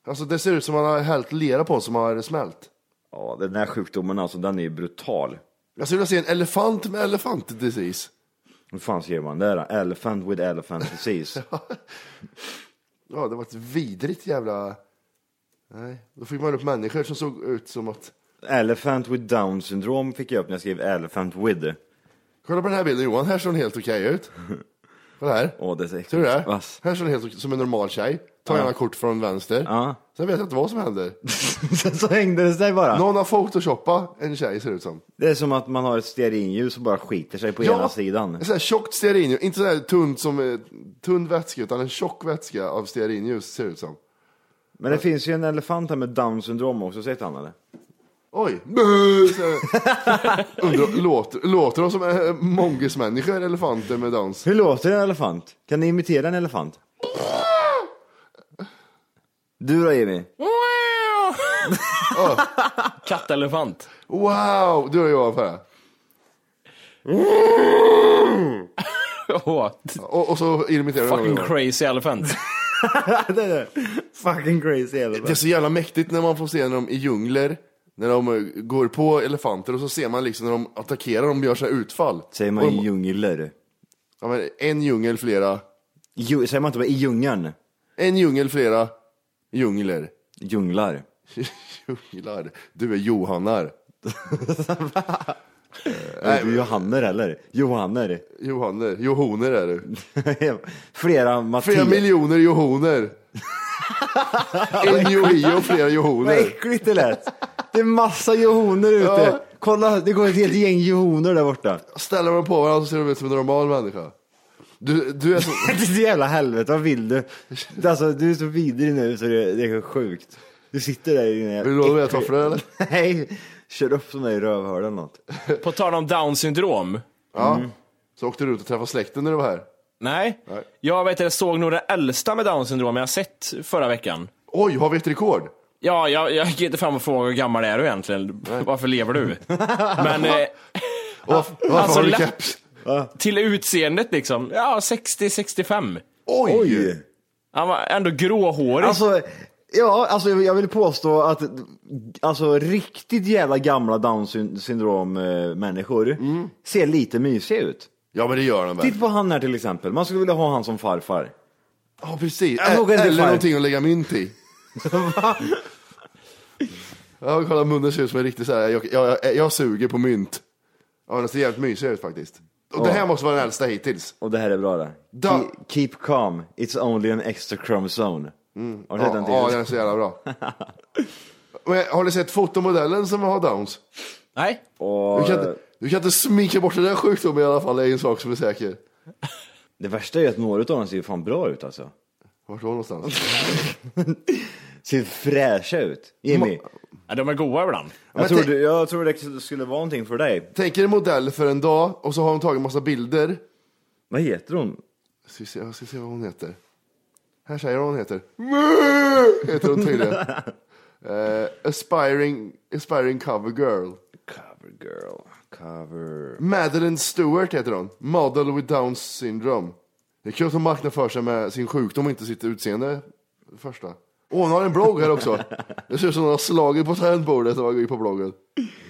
Speaker 2: Alltså det ser ut som han har hällt lera på honom som har smält.
Speaker 6: Ja, den här sjukdomen alltså, den är ju brutal.
Speaker 2: Jag skulle vilja se en elefant med elefant disease.
Speaker 6: Hur fan skriver man det då? Elephant with elephant *laughs* disease.
Speaker 2: Ja, det var ett vidrigt jävla... Nej, då fick man upp människor som såg ut som att...
Speaker 6: elephant with down syndrom fick jag upp när jag skrev elephant with.
Speaker 2: Kolla på den här bilden Johan, här ser hon helt okej
Speaker 6: *laughs*
Speaker 2: ut. Kolla här.
Speaker 6: Åh, det är så äckligt.
Speaker 2: Ser du det? Här,
Speaker 6: Vass.
Speaker 2: här ser hon helt okej- som en normal tjej. Tar gärna kort från vänster.
Speaker 6: Ja. *laughs*
Speaker 2: Sen vet jag inte vad som händer.
Speaker 6: Sen så hängde det sig bara.
Speaker 2: Någon har photoshoppat en tjej ser det ut som.
Speaker 6: Det är som att man har ett stearinljus och bara skiter sig på ena sidan.
Speaker 2: Sådär tjockt stearinljus. Inte sådär tunt som eh, tunn vätska utan en tjock vätska av stearinljus ser det ut som.
Speaker 6: Men det finns ju en elefant här med down syndrom också, sett han eller?
Speaker 2: Oj! *laughs* Bö, så här. Undrar, låter, låter de som eh, mongesmänniskor, elefanter med dans?
Speaker 6: Hur låter en elefant? Kan ni imitera en elefant? Du då Jimmy?
Speaker 7: Kattelefant.
Speaker 2: Wow! Du och Johan för det.
Speaker 7: *laughs* Åh,
Speaker 2: Och, och så imiterar de
Speaker 7: fucking
Speaker 2: Johan.
Speaker 7: crazy elephant.
Speaker 6: det är fucking crazy elefant.
Speaker 2: Det är så jävla mäktigt när man får se när de i djungler, när de eh, går på elefanter och så ser man liksom när de attackerar, de gör så här utfall.
Speaker 6: Säger
Speaker 2: Och
Speaker 6: man
Speaker 2: de,
Speaker 6: djungler?
Speaker 2: ja, men en djungel, flera.
Speaker 6: Ju, säger man inte bara i djungeln?
Speaker 2: En djungel, flera djungler. *laughs*
Speaker 6: Djunglar.
Speaker 2: Djunglar. Du är Johannar.
Speaker 6: Nej, du Johanner eller? Johanner? *laughs*
Speaker 2: Johanner, Johoner är du.
Speaker 6: Flera Mattias.
Speaker 2: Flera miljoner johoner. en johio och flera
Speaker 6: Vad
Speaker 2: johoner.
Speaker 6: äckligt det lät. Det är massa johoner ute.
Speaker 2: Ja.
Speaker 6: Kolla, det går ett helt gäng johoner
Speaker 2: *laughs*
Speaker 6: där borta.
Speaker 2: Ställer dem på varandra så ser de ut som en normal människa. Du, du är så...
Speaker 6: Det är så jävla helvete, vad vill du? Det är Alltså, du är så vidrig nu så det, det är sjukt. Du sitter där i dina jävla
Speaker 2: Vill du låna mina
Speaker 6: äckliga-
Speaker 2: tofflor, eller?
Speaker 6: *laughs* Nej, kör upp som i rövhål eller något.
Speaker 7: På tal om down syndrom.
Speaker 2: Ja. Så åkte du ut och träffade släkten när du var här?
Speaker 7: Nej.
Speaker 2: Nej.
Speaker 7: Jag vet, jag såg nog den äldsta med down syndrom jag sett förra veckan.
Speaker 2: Oj, har vi ett rekord?
Speaker 7: Ja, jag, jag gick inte fram och frågade hur gammal är du egentligen? Varför
Speaker 2: *laughs*
Speaker 7: lever du? Men... eh,
Speaker 2: Och *laughs* varför, varför
Speaker 7: Alltså,
Speaker 2: har du
Speaker 7: lä-
Speaker 2: keps?
Speaker 7: Till utseendet liksom. Ja, 60-65.
Speaker 2: Oj!
Speaker 7: Han var ändå gråhårig.
Speaker 6: Alltså, ja, alltså jag jag vill påstå att alltså, riktigt jävla gamla down syn- syndrom eh, människor ser lite mysiga ut.
Speaker 2: Ja, men det gör de väl?
Speaker 6: Titta på han här till exempel, man skulle vilja ha han som farfar.
Speaker 2: Ja, precis.
Speaker 6: Jag vågar inte
Speaker 2: Eller
Speaker 6: fan.
Speaker 2: någonting att lägga mynt i. Ja, kolla munnen ser ut som en riktig så här, jag, jag, jag, jag suger på mynt. Ja, den ser jävligt mysig ut faktiskt. Och det här måste vara den äldsta hittills.
Speaker 6: Och det här är bra det.
Speaker 2: Da-
Speaker 6: Ke- Keep calm, it's only an extra chromosome. Har du sett den
Speaker 2: Ja, ja, den är
Speaker 6: till?
Speaker 2: så jävla
Speaker 6: *laughs*
Speaker 2: bra. Men, har ni sett fotomodellen som har downs?
Speaker 7: Nej.
Speaker 2: Du
Speaker 6: Och,
Speaker 2: kan, inte, du kan inte sminka bort den där sjukdomen i alla fall, det är en sak som är säker.
Speaker 6: det värsta är ju att några av dem ser ju fan bra ut alltså. *laughs*
Speaker 2: Vart var någonstans?
Speaker 6: Ser fräscha ut. Jimmy,
Speaker 7: Ja, de är goa ibland.
Speaker 6: jag,
Speaker 2: men
Speaker 6: tror
Speaker 2: tänk-
Speaker 6: du, jag tror det skulle vara någonting för dig.
Speaker 2: Tänk er en modell för en dag och så har hon tagit massa bilder.
Speaker 6: Vad heter hon?
Speaker 2: Jag ska se, jag ska se vad hon heter. Här säger hon heter. Heter hon tydligen. Eh, aspiring, aspiring cover girl.
Speaker 6: Cover girl, cover.
Speaker 2: Madeleine Stewart heter hon. Model with Downs syndrome. Det är kul att hon marknadsför sig med sin sjukdom och inte sitt utseende. Första. Och hon har en blogg här också. Det ser ut som hon har slagit på tangentbordet när man går in på bloggen.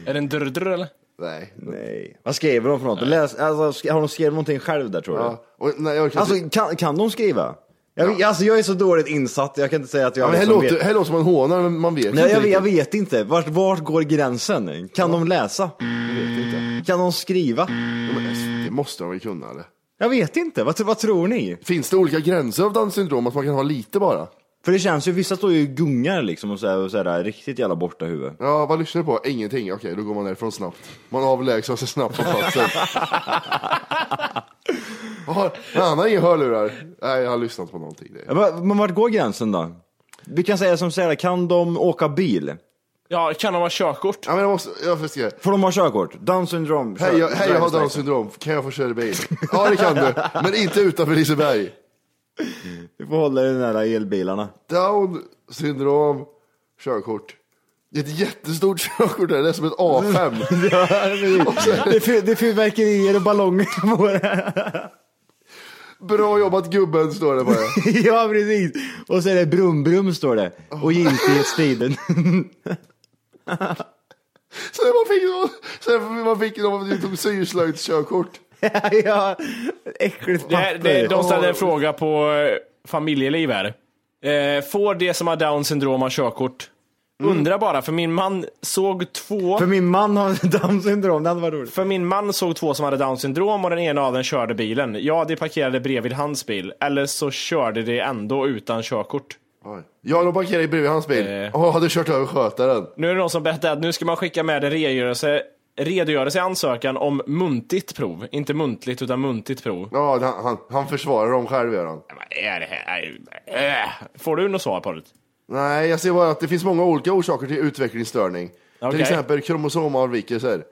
Speaker 7: Är det en dörrdörr eller?
Speaker 2: Nej.
Speaker 6: Nej. Vad skriver de för något? Läs, alltså, sk- har de skrivit någonting själv där tror du?
Speaker 2: Ja. Och, nej jag orkar inte.
Speaker 6: Alltså kan, kan de skriva? Jag, alltså, jag är så dåligt insatt, jag kan inte säga att jag
Speaker 2: ja, men här,
Speaker 6: liksom
Speaker 2: låter,
Speaker 6: vet.
Speaker 2: här låter som en hånar, men man vet
Speaker 6: Nej,
Speaker 2: inte
Speaker 6: jag, jag
Speaker 2: riktigt.
Speaker 6: vet inte, vart, vart går gränsen? Kan de läsa?
Speaker 2: Jag vet inte.
Speaker 6: Kan de skriva?
Speaker 2: Ja, men, eh, det måste de väl kunna eller?
Speaker 6: Jag vet inte, vad, vad tror ni?
Speaker 2: Finns det olika gränser av Downs syndrom? Att man kan ha lite bara?
Speaker 6: För det känns ju, vissa står ju och gungar liksom och sådär, och sådär riktigt jävla borta huvud.
Speaker 2: Ja, vad lyssnar du på? Ingenting. Okej, då går man därifrån snabbt. Man avlägsnar sig snabbt från platsen. Jaha, nej, Han har inga hörlurar. Nej, han lyssnar inte på någonting. Det.
Speaker 6: Ja, va- Men vart går gränsen då? Vi kan säga som såhär, kan de åka bil?
Speaker 7: Ja, kan de ha körkort?
Speaker 2: Ja, men jag måste, jag får se.
Speaker 6: Får de ha körkort? Down syndrome? kör-
Speaker 2: Hej, jag, hej, jag har
Speaker 6: driver's
Speaker 2: Downs
Speaker 6: license.
Speaker 2: syndrom. Kan jag få köra bil? Ja, det kan du. Men inte utanför Liseberg.
Speaker 6: Du får hålla dig nära elbilarna.
Speaker 2: Down syndrom, körkort. Det är Ett jättestort *laughs* körkort där. Det är som ett
Speaker 6: *laughs*
Speaker 2: A5.
Speaker 6: det, är fyr, det är fyrverkerier och ballonger på det.
Speaker 2: Bra jobbat gubben, står det bara.
Speaker 6: *laughs* Ja precis. Och så är det brum-brum står det. Och giltighetstiden. *laughs*
Speaker 2: Sen man fick, sen man fick, man tog syslöjdskörkort.
Speaker 6: ja, äckligt
Speaker 7: Det,
Speaker 6: papper.
Speaker 7: här- det, de ställde en fråga på eh, familjeliv här. Eh, får de som har down syndrom ha körkort?
Speaker 2: Mm.
Speaker 7: Undra bara, för min man såg två...
Speaker 6: För min man har Down syndrom, det hade varit roligt.
Speaker 7: För min man såg två som hade down syndrom och den ena av dem körde bilen. Ja, de parkerade bredvid hans bil. Eller så körde de ändå utan körkort.
Speaker 2: Ja, de parkerade bredvid hans bil.
Speaker 7: Eh.
Speaker 2: Åh, hade kört över skötaren.
Speaker 7: Nu är det någon som berättar att nu ska man skicka med en redogörelse, redogörelse i ansökan om muntligt prov. Inte muntligt, utan muntligt prov.
Speaker 2: Ja, han, han, han försvarar dem själv, gör han.
Speaker 7: Vad är det här? Nej, äh. Får du något svar på det?
Speaker 2: Nej, jag ser bara att det finns många olika orsaker till utvecklingsstörning. Till
Speaker 7: Okej.
Speaker 2: exempel kromosomavvikelser.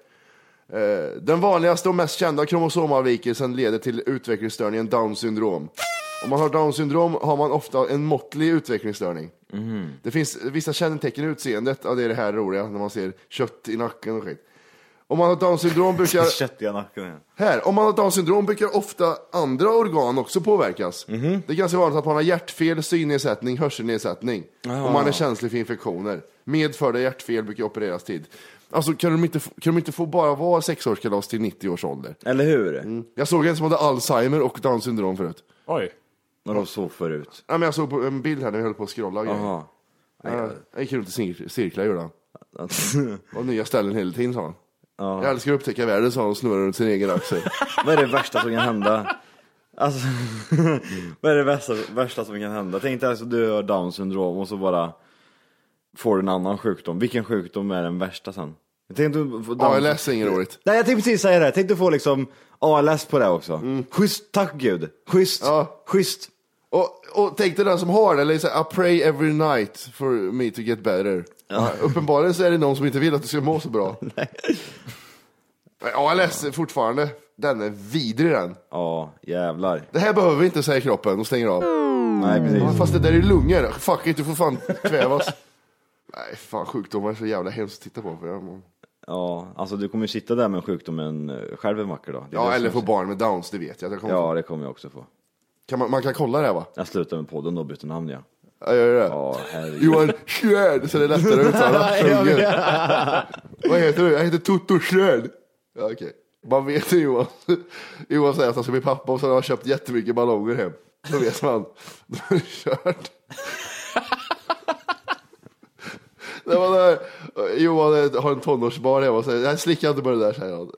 Speaker 2: Eh, Den vanligaste och mest kända kromosomavvikelsen leder till utvecklingsstörningen Downs syndrom. Om man har Downs syndrom har man ofta en måttlig utvecklingsstörning. Det finns vissa kännetecken i utseendet, ja, det är det här roliga när man ser kött i nacken och skit. Om man har Downs syndrom
Speaker 6: *laughs*
Speaker 2: brukar...
Speaker 6: Köttiga nacken. igen.
Speaker 2: Här, om man har Downs syndrom brukar ofta andra organ också påverkas. Det är ganska vanligt att man har hjärtfel, synnedsättning, hörselnedsättning. Och man är känslig för infektioner. Medförda hjärtfel brukar opereras tid. Alltså kan de inte, få- kan de inte få bara vara sexårskalas till 90 års ålder?
Speaker 6: Eller hur?
Speaker 2: Jag såg en som hade Alzheimer och Downs syndrom förut.
Speaker 7: Oj.
Speaker 6: När de såg förut.
Speaker 2: Ja, men jag såg på en bild här när vi höll på att scrolla grejer.
Speaker 6: Jaha.
Speaker 2: Ja, Jag gick runt i cir- cirklar gjorde han. Och nya ställen hela tiden sa han. Jag älskar att upptäcka världen, sa hon och snurrade runt sin egen axel.
Speaker 6: Vad är det värsta som kan hända? Alltså, *laughs* vad är det värsta, värsta som kan hända? Tänk dig alltså du har down syndrom och så bara får du en annan sjukdom. Vilken sjukdom är den värsta sen? Tänk du får Downs-
Speaker 2: ALS är inget roligt.
Speaker 6: Nej jag tänkte precis säga det, tänk du får liksom ALS på det också.
Speaker 2: Mm.
Speaker 6: Schysst, tack gud. Schysst, schysst.
Speaker 2: Och, och tänk dig den som har det, eller så här, I pray every night for me to get better. Ja, uppenbarligen så är det någon som inte vill att du ska må så
Speaker 6: *laughs*
Speaker 2: bra. Men ALS är fortfarande, den är vidrig den.
Speaker 6: Ja, jävlar.
Speaker 2: Det här behöver vi inte, säger kroppen och stänger av.
Speaker 6: Nej precis.
Speaker 2: Ja, Fast det där är lungor, fuck it, du får fan kvävas. *laughs* Nej, fan sjukdomar är så jävla hemskt att titta på. För jag-
Speaker 6: Ja, alltså du kommer ju sitta där med sjukdomen eh, själv en vacker dag. Det är det
Speaker 2: ja,
Speaker 6: som
Speaker 2: eller
Speaker 6: är
Speaker 2: få
Speaker 6: så-
Speaker 2: barn med downs, det vet jag. att Jag kommer
Speaker 6: Ja,
Speaker 2: få.
Speaker 6: det kommer jag också få.
Speaker 2: Kan man, man kan kolla det här va?
Speaker 6: Jag slutar med podden och byter namn ja.
Speaker 2: Ja, gör det.
Speaker 6: Ja, herregud.
Speaker 2: Johan Schöd, så det är lättare att uttala.
Speaker 6: *laughs* Ja,
Speaker 2: Sjungen.
Speaker 6: ja.
Speaker 2: Vad heter du? Jag heter Toto Schöd. Ja, okej. Man vet ju Johan. Johan säger att han ska bli pappa och så har han köpt jättemycket ballonger hem. Då vet man. Då är det kört. Det var där, Johan eh, har en tonårsbar hemma och säger, jag slickar inte på det där säger han.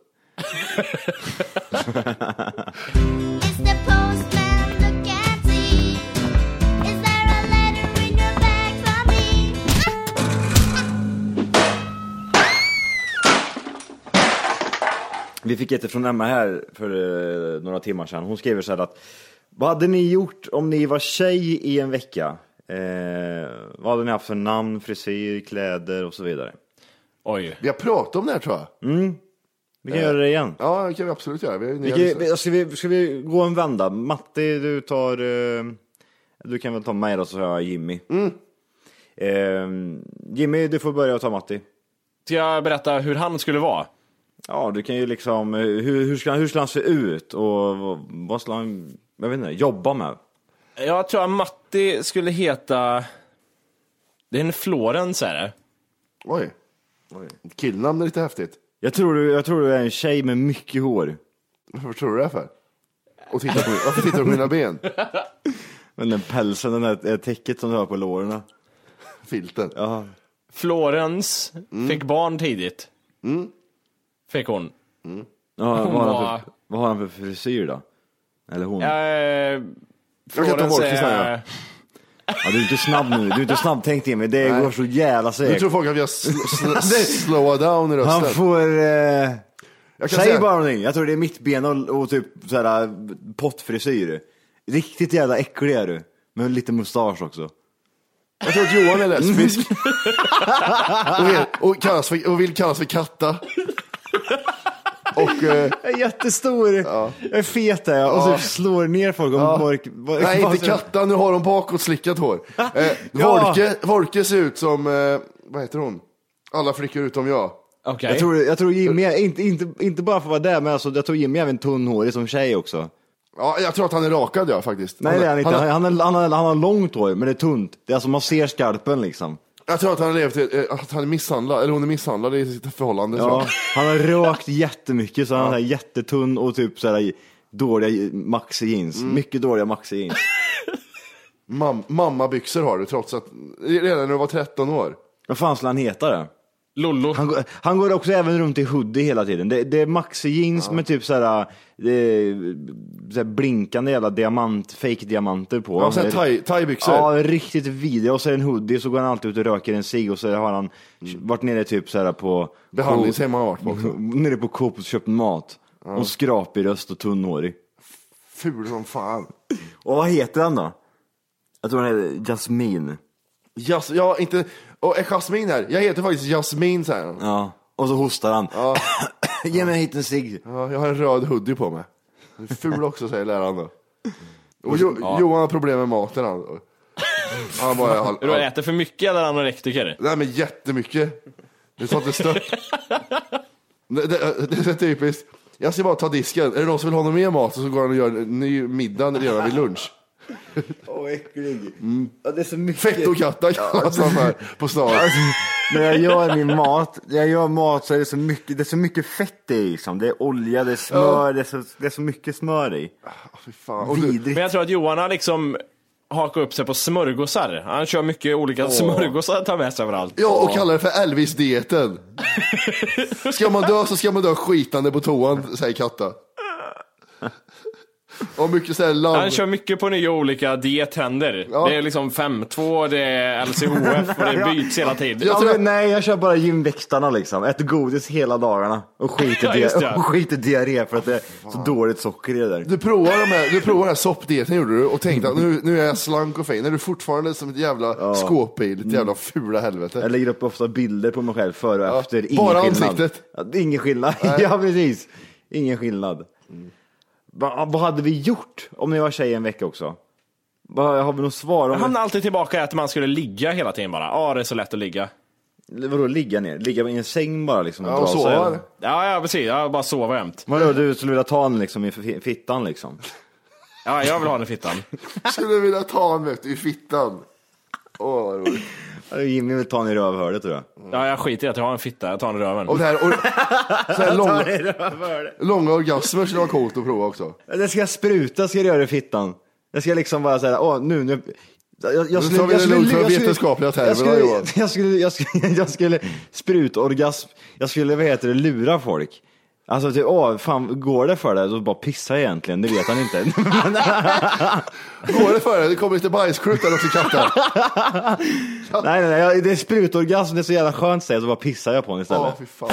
Speaker 6: Vi fick ett från Emma här för eh, några timmar sedan. Hon skriver så här att Vad hade ni gjort om ni var tjej i en vecka? Eh, vad hade ni haft för namn, frisyr, kläder och så vidare?
Speaker 7: Oj.
Speaker 2: Vi har pratat om det här tror jag.
Speaker 6: Mm. Vi kan göra det igen.
Speaker 2: Ja, det kan vi absolut göra. Vi har ju nya
Speaker 6: Vi kan,
Speaker 2: lyssnare.
Speaker 6: vi- ska, vi, ska vi gå en vända? Matti, du tar... Eh, du kan väl ta mig då, så tar jag Jimmy. Eh, Jimmy, du får börja och ta Matti.
Speaker 7: Ska jag berätta hur han skulle vara?
Speaker 6: Ja, du kan ju liksom... eh, Hur, hur, ska, han- hur ska han se ut? Och vad- vad ska han... Jag vet inte, jobba med?
Speaker 7: Jag tror att Matti skulle heta... Det är en Florens är det.
Speaker 2: Oj. Killnamn är lite häftigt.
Speaker 6: Jag tror, du, jag tror du är en tjej med mycket hår.
Speaker 2: Varför tror du det här för? Och titta på, varför tittar du på mina ben?
Speaker 6: Men den pälsen, den där eh, täcket som du har på låren.
Speaker 2: Filten.
Speaker 6: Ja.
Speaker 7: Florens fick barn tidigt. Mm. Fick hon.
Speaker 6: Ja, vad,
Speaker 7: Hon
Speaker 6: har han
Speaker 7: var-
Speaker 6: för, vad har han för frisyr då? Eller hon? Ja.
Speaker 7: Eh,
Speaker 2: kan ta
Speaker 7: Florens
Speaker 2: bort Kristina,
Speaker 7: är...
Speaker 6: du är inte snabb nu, du är inte snabbtänkt Jimmy. Det
Speaker 2: Nej.
Speaker 6: går så jävla
Speaker 2: Nu
Speaker 6: segt.
Speaker 2: tror folk att jag sl
Speaker 6: *laughs*
Speaker 2: sl slowar down i
Speaker 6: Han
Speaker 2: rösten.
Speaker 6: får... Eh...
Speaker 2: Jag kan
Speaker 6: Säg
Speaker 2: säga-
Speaker 6: bara någonting. Jag tror det är mittbena och, och typ såhär pottfrisyr. Riktigt jävla äcklig är du. Med lite mustasch också.
Speaker 2: Jag tror att Johan är
Speaker 6: *laughs*
Speaker 2: lesbisk. och, är, och, kallas för, och vill kallas för Katta. Och, eh,
Speaker 6: Jag är jättestor, jag är fet är jag och
Speaker 2: Ja.
Speaker 6: typ slår ner folk. Och
Speaker 2: Ja.
Speaker 6: mork...
Speaker 2: nej, inte Katta, nu har hon bakåtslickat hår. Eh,
Speaker 6: *laughs* Ja.
Speaker 2: Volke, Volke ser ut som, eh, vad heter hon? Alla flickor utom jag.
Speaker 7: Okej.
Speaker 6: Jag tror, jag tror Jimmy, är- inte, inte, inte bara för att vara där, men alltså, jag tror Jimmy är även tunnhårig som tjej också.
Speaker 2: Ja, jag tror att han är rakad ja, faktiskt.
Speaker 6: Nej det är han inte,
Speaker 2: Han,
Speaker 6: han, han, har- han, har- han har långt hår men det är tunt. Det är alltså man ser skalpen liksom.
Speaker 2: jag tror att han har levt, i- eh, att han är misshandlad, eller hon är misshandlad i sitt förhållande. tror
Speaker 6: Ja,
Speaker 2: jag.
Speaker 6: han har rökt jättemycket så han är jättetunn och typ såhär dåliga maxi jeans.
Speaker 2: Mm.
Speaker 6: Mycket dåliga maxi jeans.
Speaker 2: Mam, mammabyxor har du, trots att, redan när du var 13 år.
Speaker 6: Vad fan skulle han heta då?
Speaker 7: Lollo.
Speaker 6: Han, går- han går också även runt i hoodie hela tiden. Det, det är maxi jeans med typ såhär, eh, såhär blinkande jävla diamant, fake diamanter på.
Speaker 2: Ja, och sen thai- thai-byxor.
Speaker 6: Ja, riktigt vidriga. Och så är det en hoodie så går han alltid ut och röker en cigg och så har han varit nere typ såhär på
Speaker 2: Behandlingshem har han varit på också.
Speaker 6: *laughs* nere på Coop och köpt mat. Och skrapig röst och tunnhårig.
Speaker 2: Ful som fan.
Speaker 6: Och vad heter han då? Jag tror han heter Jasmin.
Speaker 2: Jas, ja, inte, och är Jasmin här? Jag heter faktiskt Jasmin säger han.
Speaker 6: Ja. Och så hostar han.
Speaker 2: Ja.
Speaker 6: *coughs* Ge mig hit en cigg.
Speaker 2: Ja, jag har en röd hoodie på mig. Den är Ful också säger läraren då. Och jo, Johan har problem med maten han. Han bara, han,
Speaker 7: Du har
Speaker 2: han,
Speaker 7: äter för mycket eller anorektiker?
Speaker 2: nej men jättemycket. Det tar inte stört. Det, det, det är så typiskt. Jag ska bara ta disken. Är det någon som vill ha någon mer mat? Och så går han och gör en ny middag redan vid lunch.
Speaker 6: Åh, äcklig.
Speaker 2: Mm.
Speaker 6: Ja, det är så mycket. Alltså,
Speaker 2: Fettokatta kallas han här på stan.
Speaker 6: När jag gör min mat, när jag gör mat så är det så mycket, det är så mycket fett i liksom. Det är olja, det är smör, det, är så, det är så mycket smör i.
Speaker 2: Fy fan. Och du,
Speaker 6: Vidrigt.
Speaker 7: Men jag tror att Johan har liksom haka upp sig på smörgåsar. Han kör mycket olika
Speaker 2: Åh.
Speaker 7: smörgåsar tar med sig överallt.
Speaker 2: Ja, och kallar det för Elvis-dieten. Ska man dö så ska man dö skitande på toan, säger Katta. Och mycket såhär lamm.
Speaker 7: Han kör mycket på nya olika dietänder. Det är liksom 5-2, det är LCHF
Speaker 2: *laughs*
Speaker 7: och det byts hela tiden.
Speaker 6: Jag tror, nej, jag kör bara gymväktarna liksom. Äter godis hela dagarna och skiter,
Speaker 7: Ja, just
Speaker 6: dia-
Speaker 7: det.
Speaker 6: *laughs* och skiter diarré för att det är så dåligt socker i det där.
Speaker 2: Du provar, de här, du provar den här soppdieten gjorde du och tänkte att nu, nu är jag slank och fin. Är du fortfarande som ett jävla skåpbil, ett jävla fula helvete.
Speaker 6: Jag lägger upp ofta bilder på mig själv före och efter. Ingen
Speaker 2: bara
Speaker 6: skillnad.
Speaker 2: ansiktet.
Speaker 6: Ja, det är ingen skillnad. *laughs* ja, precis. Ingen skillnad. Va, vad hade vi gjort om ni var tjej en vecka också? Va, har vi något svar?
Speaker 7: Jag
Speaker 6: Om
Speaker 7: hamnar alltid tillbaka i att man skulle ligga hela tiden bara. Ja, det är så lätt att ligga.
Speaker 6: Vadå ligga ner? Ligga i en säng bara liksom?
Speaker 7: Ja, och
Speaker 6: sig?
Speaker 7: sova, eller? Ja, ja precis. Jag bara sova jämt.
Speaker 6: Vadå, du skulle vilja ta en liksom i f- fittan liksom?
Speaker 7: Ja, jag vill ha den i fittan.
Speaker 2: Skulle vilja ta honom ut i fittan. Åh, vad roligt.
Speaker 6: Jimmy vill ta en i rövhålet tror jag.
Speaker 7: Ja, jag skiter i att jag har en fitta. Jag tar den i röven.
Speaker 2: Och det här, och, så här långa,
Speaker 6: rövhålet.
Speaker 2: långa orgasmer skulle vara coolt att prova också.
Speaker 6: Det ska spruta, ska jag göra i fittan. Jag ska liksom bara säga, åh nu, nu. Jag, jag,
Speaker 2: Nu
Speaker 6: jag,
Speaker 2: tar vi det lugnt för vetenskapliga termer,
Speaker 6: jag, skulle,
Speaker 2: då, Johan.
Speaker 6: jag, skulle, jag, skulle, *laughs* jag skulle sprutorgasm, jag skulle vad heter det, lura folk. Alltså typ, åh fan går det för dig? Då bara pissa egentligen, det vet
Speaker 2: *laughs*
Speaker 6: han inte. *laughs*
Speaker 2: Går det för dig? Det kommer lite bajskrutt där också katten.
Speaker 6: nej, nej, nej, jag- det är sprutorgasm, det är så jävla skönt säger jag, så bara pissar jag på honom
Speaker 2: Ja,
Speaker 6: istället.
Speaker 2: fy fan.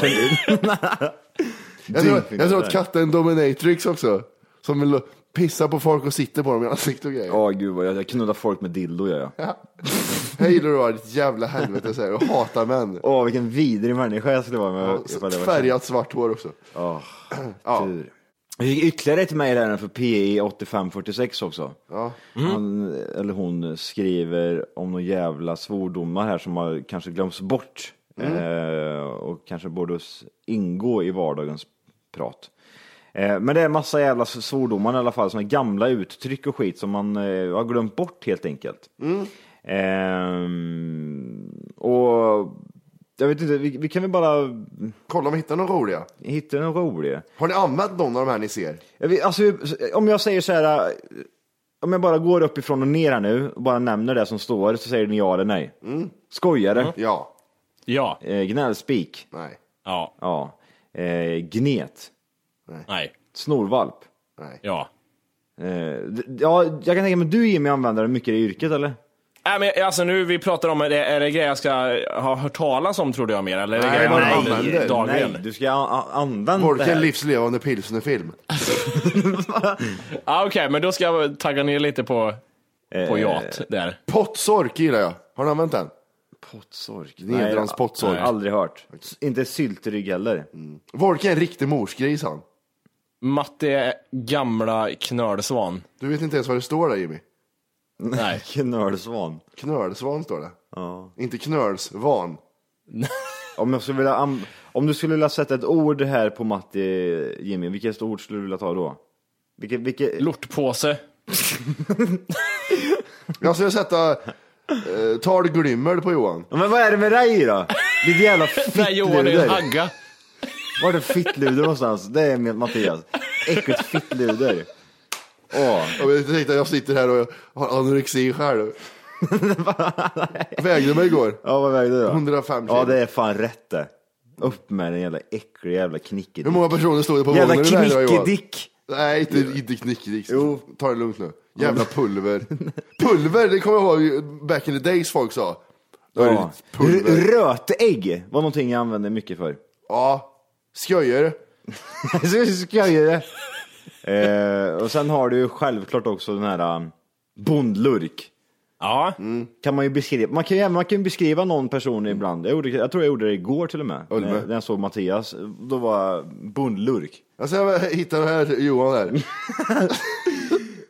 Speaker 2: Jag tror, jag tror att katten är en dominatrix också. Som vill pissa på folk och sitter på dem i ansiktet och grejer.
Speaker 6: Ja, gud vad jag, jag knullar folk med dildo gör jag.
Speaker 2: Hej då du har ditt jävla helvete säger jag. Jag hatar män.
Speaker 6: Åh, vilken vidrig människa jag skulle vara med. ifall jag var tjej.
Speaker 2: Färgat svart hår också.
Speaker 6: Ja,
Speaker 2: *clears throat* Ja.
Speaker 6: tur. Jag fick ytterligare ett mejl här för PE 8546 också.
Speaker 2: Ja.
Speaker 6: Han eller hon skriver om några jävla svordomar här som har kanske glömts bort
Speaker 2: Mm.
Speaker 6: eh, och kanske borde s- ingå i vardagens prat. Eh, men det är massa jävla s- svordomar i alla fall, såna gamla uttryck och skit som man eh, har glömt bort helt enkelt.
Speaker 2: Mm.
Speaker 6: Ehm, och jag vet inte, vi, vi kan väl bara
Speaker 2: Kolla om vi hittar några roliga.
Speaker 6: hitta någon rolig.
Speaker 2: Har ni använt någon av de här ni ser?
Speaker 6: Jag vet- Alltså, om jag säger så här, eh, om jag bara går uppifrån och ner här nu och bara nämner det som står så säger ni ja eller nej.
Speaker 7: Mm.
Speaker 6: Skojare,
Speaker 2: Ja.
Speaker 7: Ja.
Speaker 6: eh, gnällspik,
Speaker 2: Nej.
Speaker 7: Ja.
Speaker 6: ja. eh, gnet,
Speaker 7: Nej.
Speaker 6: snorvalp.
Speaker 2: Nej.
Speaker 7: Ja.
Speaker 6: Eh, d- ja, jag kan tänka mig du Jimmy använder det mycket i yrket eller?
Speaker 7: Nej, men alltså nu vi pratar om, är det, är det grejer jag ska ha hört talas om trodde jag mer? Eller är det
Speaker 2: Nej,
Speaker 7: grejer
Speaker 2: vad
Speaker 7: jag
Speaker 2: du
Speaker 7: använder
Speaker 2: använder.
Speaker 7: dagligen?
Speaker 6: Nej, du ska a- a- använda det
Speaker 2: Volken
Speaker 6: här.
Speaker 2: livslevande pilsnerfilm.
Speaker 7: Ah, Okej, men då ska jag tagga ner lite på, på
Speaker 6: Eh,
Speaker 7: jat där.
Speaker 2: Pottsork gillar jag. Har ni använt den?
Speaker 6: Pottsork?
Speaker 2: Nedrans pottsork.
Speaker 6: Nej, aldrig hört. S- Inte syltrygg heller.
Speaker 7: Mm.
Speaker 2: Volken är en riktig morsgris han.
Speaker 7: Matte är gamla knölsvan.
Speaker 2: Du vet inte ens vad det står där Jimmy.
Speaker 7: Nej.
Speaker 6: *laughs* Knölsvan.
Speaker 2: Knölsvan står det.
Speaker 6: Ja.
Speaker 2: Inte knölsvan.
Speaker 6: Om, jag skulle vilja, an- om du skulle vilja sätta ett ord här på Matti, Jimmy, vilket ord skulle du vilja ta då? Vilket, vilket,
Speaker 7: Lortpåse.
Speaker 2: Jag skulle sätta eh, Tal Glymmel på Johan.
Speaker 6: Ja, men vad är det med dig då? Ditt jävla
Speaker 7: *laughs* Nej, Johan är en
Speaker 6: fittluder.
Speaker 7: hagga.
Speaker 6: Var är det fittluder någonstans? Det är med Mattias. Äckligt fittluder. Åh,
Speaker 2: Och Jag tänkte att jag sitter här och har anorexi själv. Vägde mig igår.
Speaker 6: ja, vad vägde du då?
Speaker 2: 105 kilo.
Speaker 6: Ja, det är fan rätt det. Upp med den jävla äckliga jävla knickedick.
Speaker 2: Hur många personer stod det på
Speaker 6: jävla
Speaker 2: vågen när du vägde dig, Johan?
Speaker 6: knickedick!
Speaker 2: Nej, inte, inte knickedick.
Speaker 6: Jo.
Speaker 2: Ta det lugnt nu. Jävla pulver. Pulver, det kommer jag ihåg back in the days folk sa. Då är det
Speaker 6: Ja.
Speaker 2: ditt pulver.
Speaker 6: R- Rötägg var någonting jag använde mycket för.
Speaker 2: Ja, skojar.
Speaker 6: Så skojar det. eh, och sen har du ju självklart också den här um, bondlurk. Mm.
Speaker 7: Ja.
Speaker 6: Kan man, ju beskriva, man, kan ju, man kan ju beskriva någon person
Speaker 2: Mm.
Speaker 6: ibland. Jag, gjorde, jag tror jag gjorde det igår till och med.
Speaker 2: Ulve.
Speaker 6: När, när jag såg Mattias. Då var jag bondlurk.
Speaker 2: Alltså jag hittade den här Johan här.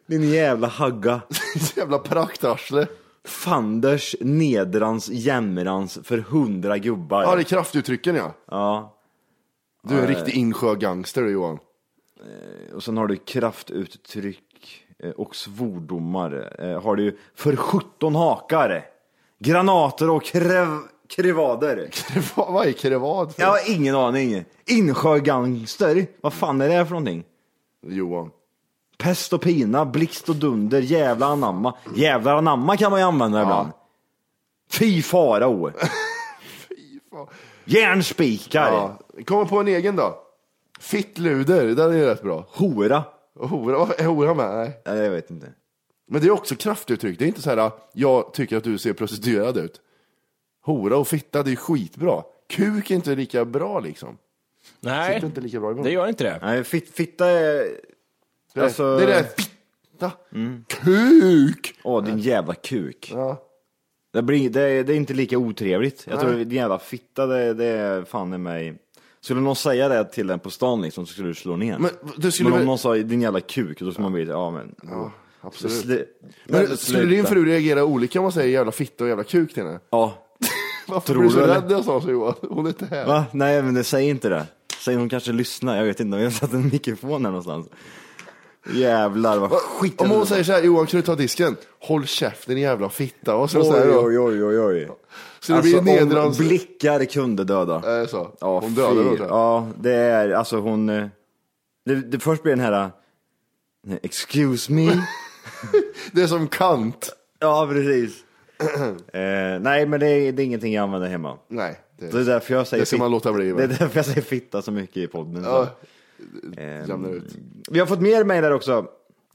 Speaker 6: Din jävla hagga.
Speaker 2: *laughs* Jävla praktarsle.
Speaker 6: Fanders, nedrans, jämrans för hundra gubbar.
Speaker 2: Ja, det är kraftuttrycken ja.
Speaker 6: Ja.
Speaker 2: Du är en riktig insjögangster du Johan.
Speaker 6: Och sen har du kraftuttryck eh, och svordomar. Eh, Har du för 17 hakar, granater och krev- krevader.
Speaker 2: Krevad- Vad är krevad för?
Speaker 6: Jag har ingen aning. Insjögangster, vad fan är det här för någonting?
Speaker 2: Johan.
Speaker 6: Pest och pina, blixt och dunder, jävla anamma. Jävlar anamma kan man ju använda ibland.
Speaker 2: *laughs*
Speaker 6: Fy farao. Järnspikar.
Speaker 2: Ja. Kommer på en egen då. Fittluder, den är ju rätt bra.
Speaker 6: Hora.
Speaker 2: Hora, vad- är hora med? Nej.
Speaker 6: Nej, jag vet inte.
Speaker 2: Men det är också kraftuttryck. Det är inte så här, ah, jag tycker att du ser prostituerad ut. Hora och fitta, det är skitbra. Kuk är inte lika bra liksom.
Speaker 7: Nej,
Speaker 2: Sitter inte lika bra i munnen.
Speaker 7: det gör inte det.
Speaker 6: Nej, fit, fitta är...
Speaker 2: Det är-
Speaker 6: Alltså-
Speaker 2: Det är det, fitta. Kuk!
Speaker 6: Åh, din jävla kuk.
Speaker 2: Ja.
Speaker 6: Det, blir, det, är, det är inte lika otrevligt. Jag tror
Speaker 2: Nej.
Speaker 6: din jävla fitta, det, det är fan i mig... Skulle någon säga det till den på stan liksom, så skulle du slå ner.
Speaker 2: Men du skulle
Speaker 6: om
Speaker 2: väl-
Speaker 6: någon sa din jävla kuk, då skulle man bli ja men... Ja,
Speaker 2: absolut.
Speaker 6: Sli...
Speaker 2: Men skulle din fru reagera olika om man säger jävla fitta och jävla kuk till henne?
Speaker 6: Ja.
Speaker 2: Varför
Speaker 6: Tror
Speaker 2: blir du så
Speaker 6: du, eller?
Speaker 2: rädd när jag sa så Johan? Hon är inte här.
Speaker 6: Va? Nej, men det säger inte det. Säg hon kanske lyssnar, jag vet inte. Vi har satt en mikrofon här någonstans. Jävlar vad skit...
Speaker 2: Om hon säger så här, Johan kan du ta disken? Håll käften din jävla fitta. Vad ska jag säga då?
Speaker 6: Oj, oj, oj, oj.
Speaker 2: Så det blir
Speaker 6: Alltså, om
Speaker 2: nedrans-
Speaker 6: blickar kunde döda.
Speaker 2: Är det så?
Speaker 6: Ja,
Speaker 2: Hon dödar
Speaker 6: fy-
Speaker 2: då? tror jag.
Speaker 6: Ja, det är alltså hon... eh, Det, det först blir den här... eh,
Speaker 2: *laughs*
Speaker 6: Excuse me?
Speaker 2: Det är som kant.
Speaker 6: ja, precis. eh, nej, men det är, det är ingenting jag använder hemma.
Speaker 2: Nej. Det,
Speaker 6: Det är därför jag säger
Speaker 2: Det ska man låta bli, va?
Speaker 6: Det är därför jag säger fitta så mycket i podden.
Speaker 2: Ja,
Speaker 6: så. Eh,
Speaker 2: lämnar ut.
Speaker 6: vi har fått mer mejl här också.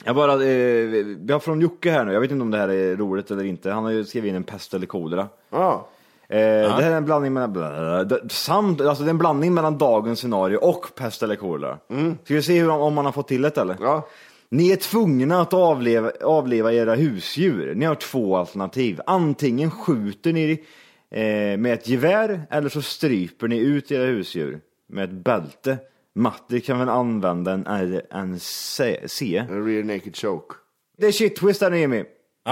Speaker 6: Jag bara, eh, vi har från Jocke här nu, jag vet inte om det här är roligt eller inte. Han har ju skrivit in en pest eller kolera.
Speaker 2: Ja.
Speaker 6: Eh, Det här är en blandning mellan, bla, bla, bla, samt, alltså det är en blandning mellan dagens scenario och pest eller kolera. Ska vi se hur, om man har fått till det eller?
Speaker 2: Mm. Ja.
Speaker 6: Ni är tvungna att avleva, avleva era husdjur. Ni har två alternativ. Antingen skjuter ni eh, med ett gevär eller så stryper ni ut era husdjur med ett bälte. Matti kan väl använda en RNC?
Speaker 2: En rear naked choke.
Speaker 6: Det är shit twist där Jimmy.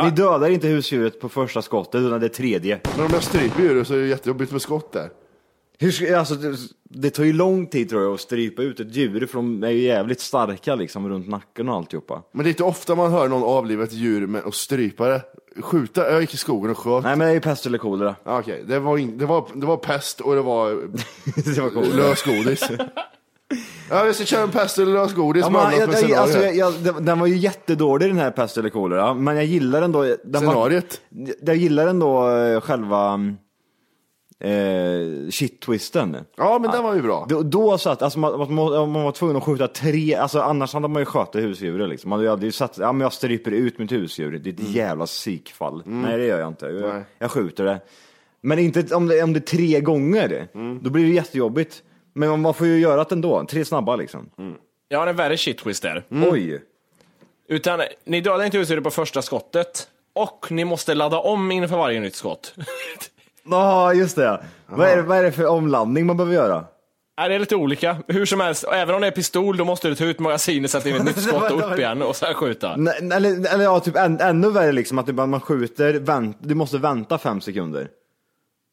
Speaker 6: Ni dödar inte husdjuret på första skottet utan det tredje.
Speaker 2: Men om jag stryper ju det så är det jättejobbigt med skott där.
Speaker 6: Hur, ska- alltså, det, det tar ju lång tid tror jag att strypa ut ett djur för de är ju jävligt starka liksom runt nacken och alltihopa.
Speaker 2: Men det är inte ofta man hör någon avliva ett djur med och strypa det. Skjuta, jag gick i skogen och sköt.
Speaker 6: Nej men det är ju pest
Speaker 2: *laughs*
Speaker 6: eller kolera.
Speaker 2: Ja, Okej, det, var in, det, var, det var pest och det var
Speaker 6: *laughs* det var kolera.
Speaker 2: lösgodis. ja, vi ska köra en pest eller lösgodis
Speaker 6: Ja,
Speaker 2: med
Speaker 6: men,
Speaker 2: annat med
Speaker 6: jag, jag,
Speaker 2: scenario.
Speaker 6: alltså, jag, jag, den- den var ju jättedålig den här pest eller kolera, men jag gillar ändå... Den
Speaker 2: Scenariet?
Speaker 6: Var, jag gillar ändå eh, själva eh, shit-twisten.
Speaker 2: Ja, men den var ju
Speaker 6: *laughs*
Speaker 2: bra.
Speaker 6: Då, då satt, alltså man, man, må- man var tvungen att skjuta tre, alltså annars hade man ju skjutit husdjuret liksom. Man hade ju aldrig satt, ja men jag stryper ut mitt husdjur, det är ett jävla psykfall. Nej det gör jag inte, jag,
Speaker 2: Mm. Nej.
Speaker 6: jag skjuter det. Men inte om det, om det är tre gånger,
Speaker 2: Mm.
Speaker 6: då blir det jättejobbigt. Men man- man får ju göra det ändå, tre snabba liksom.
Speaker 7: Jag har en värre shit twist där.
Speaker 2: Mm.
Speaker 6: Oj!
Speaker 7: Utan ni dödar inte husdjuret på första skottet och ni måste ladda om inför varje nytt skott. *laughs*
Speaker 6: Ja, just det. Vad är, det- vad är det för omlandning man behöver göra?
Speaker 7: Nej, det är lite olika. Hur som helst, och även om det är pistol, då måste du ta ut magasinet, sätta in ett nytt
Speaker 2: *laughs*
Speaker 7: skott och upp igen och sen skjuta.
Speaker 6: Nej, nej, Eller, eller ja, typ än, ännu värre liksom att du bara- man skjuter, vänt, du måste vänta fem sekunder.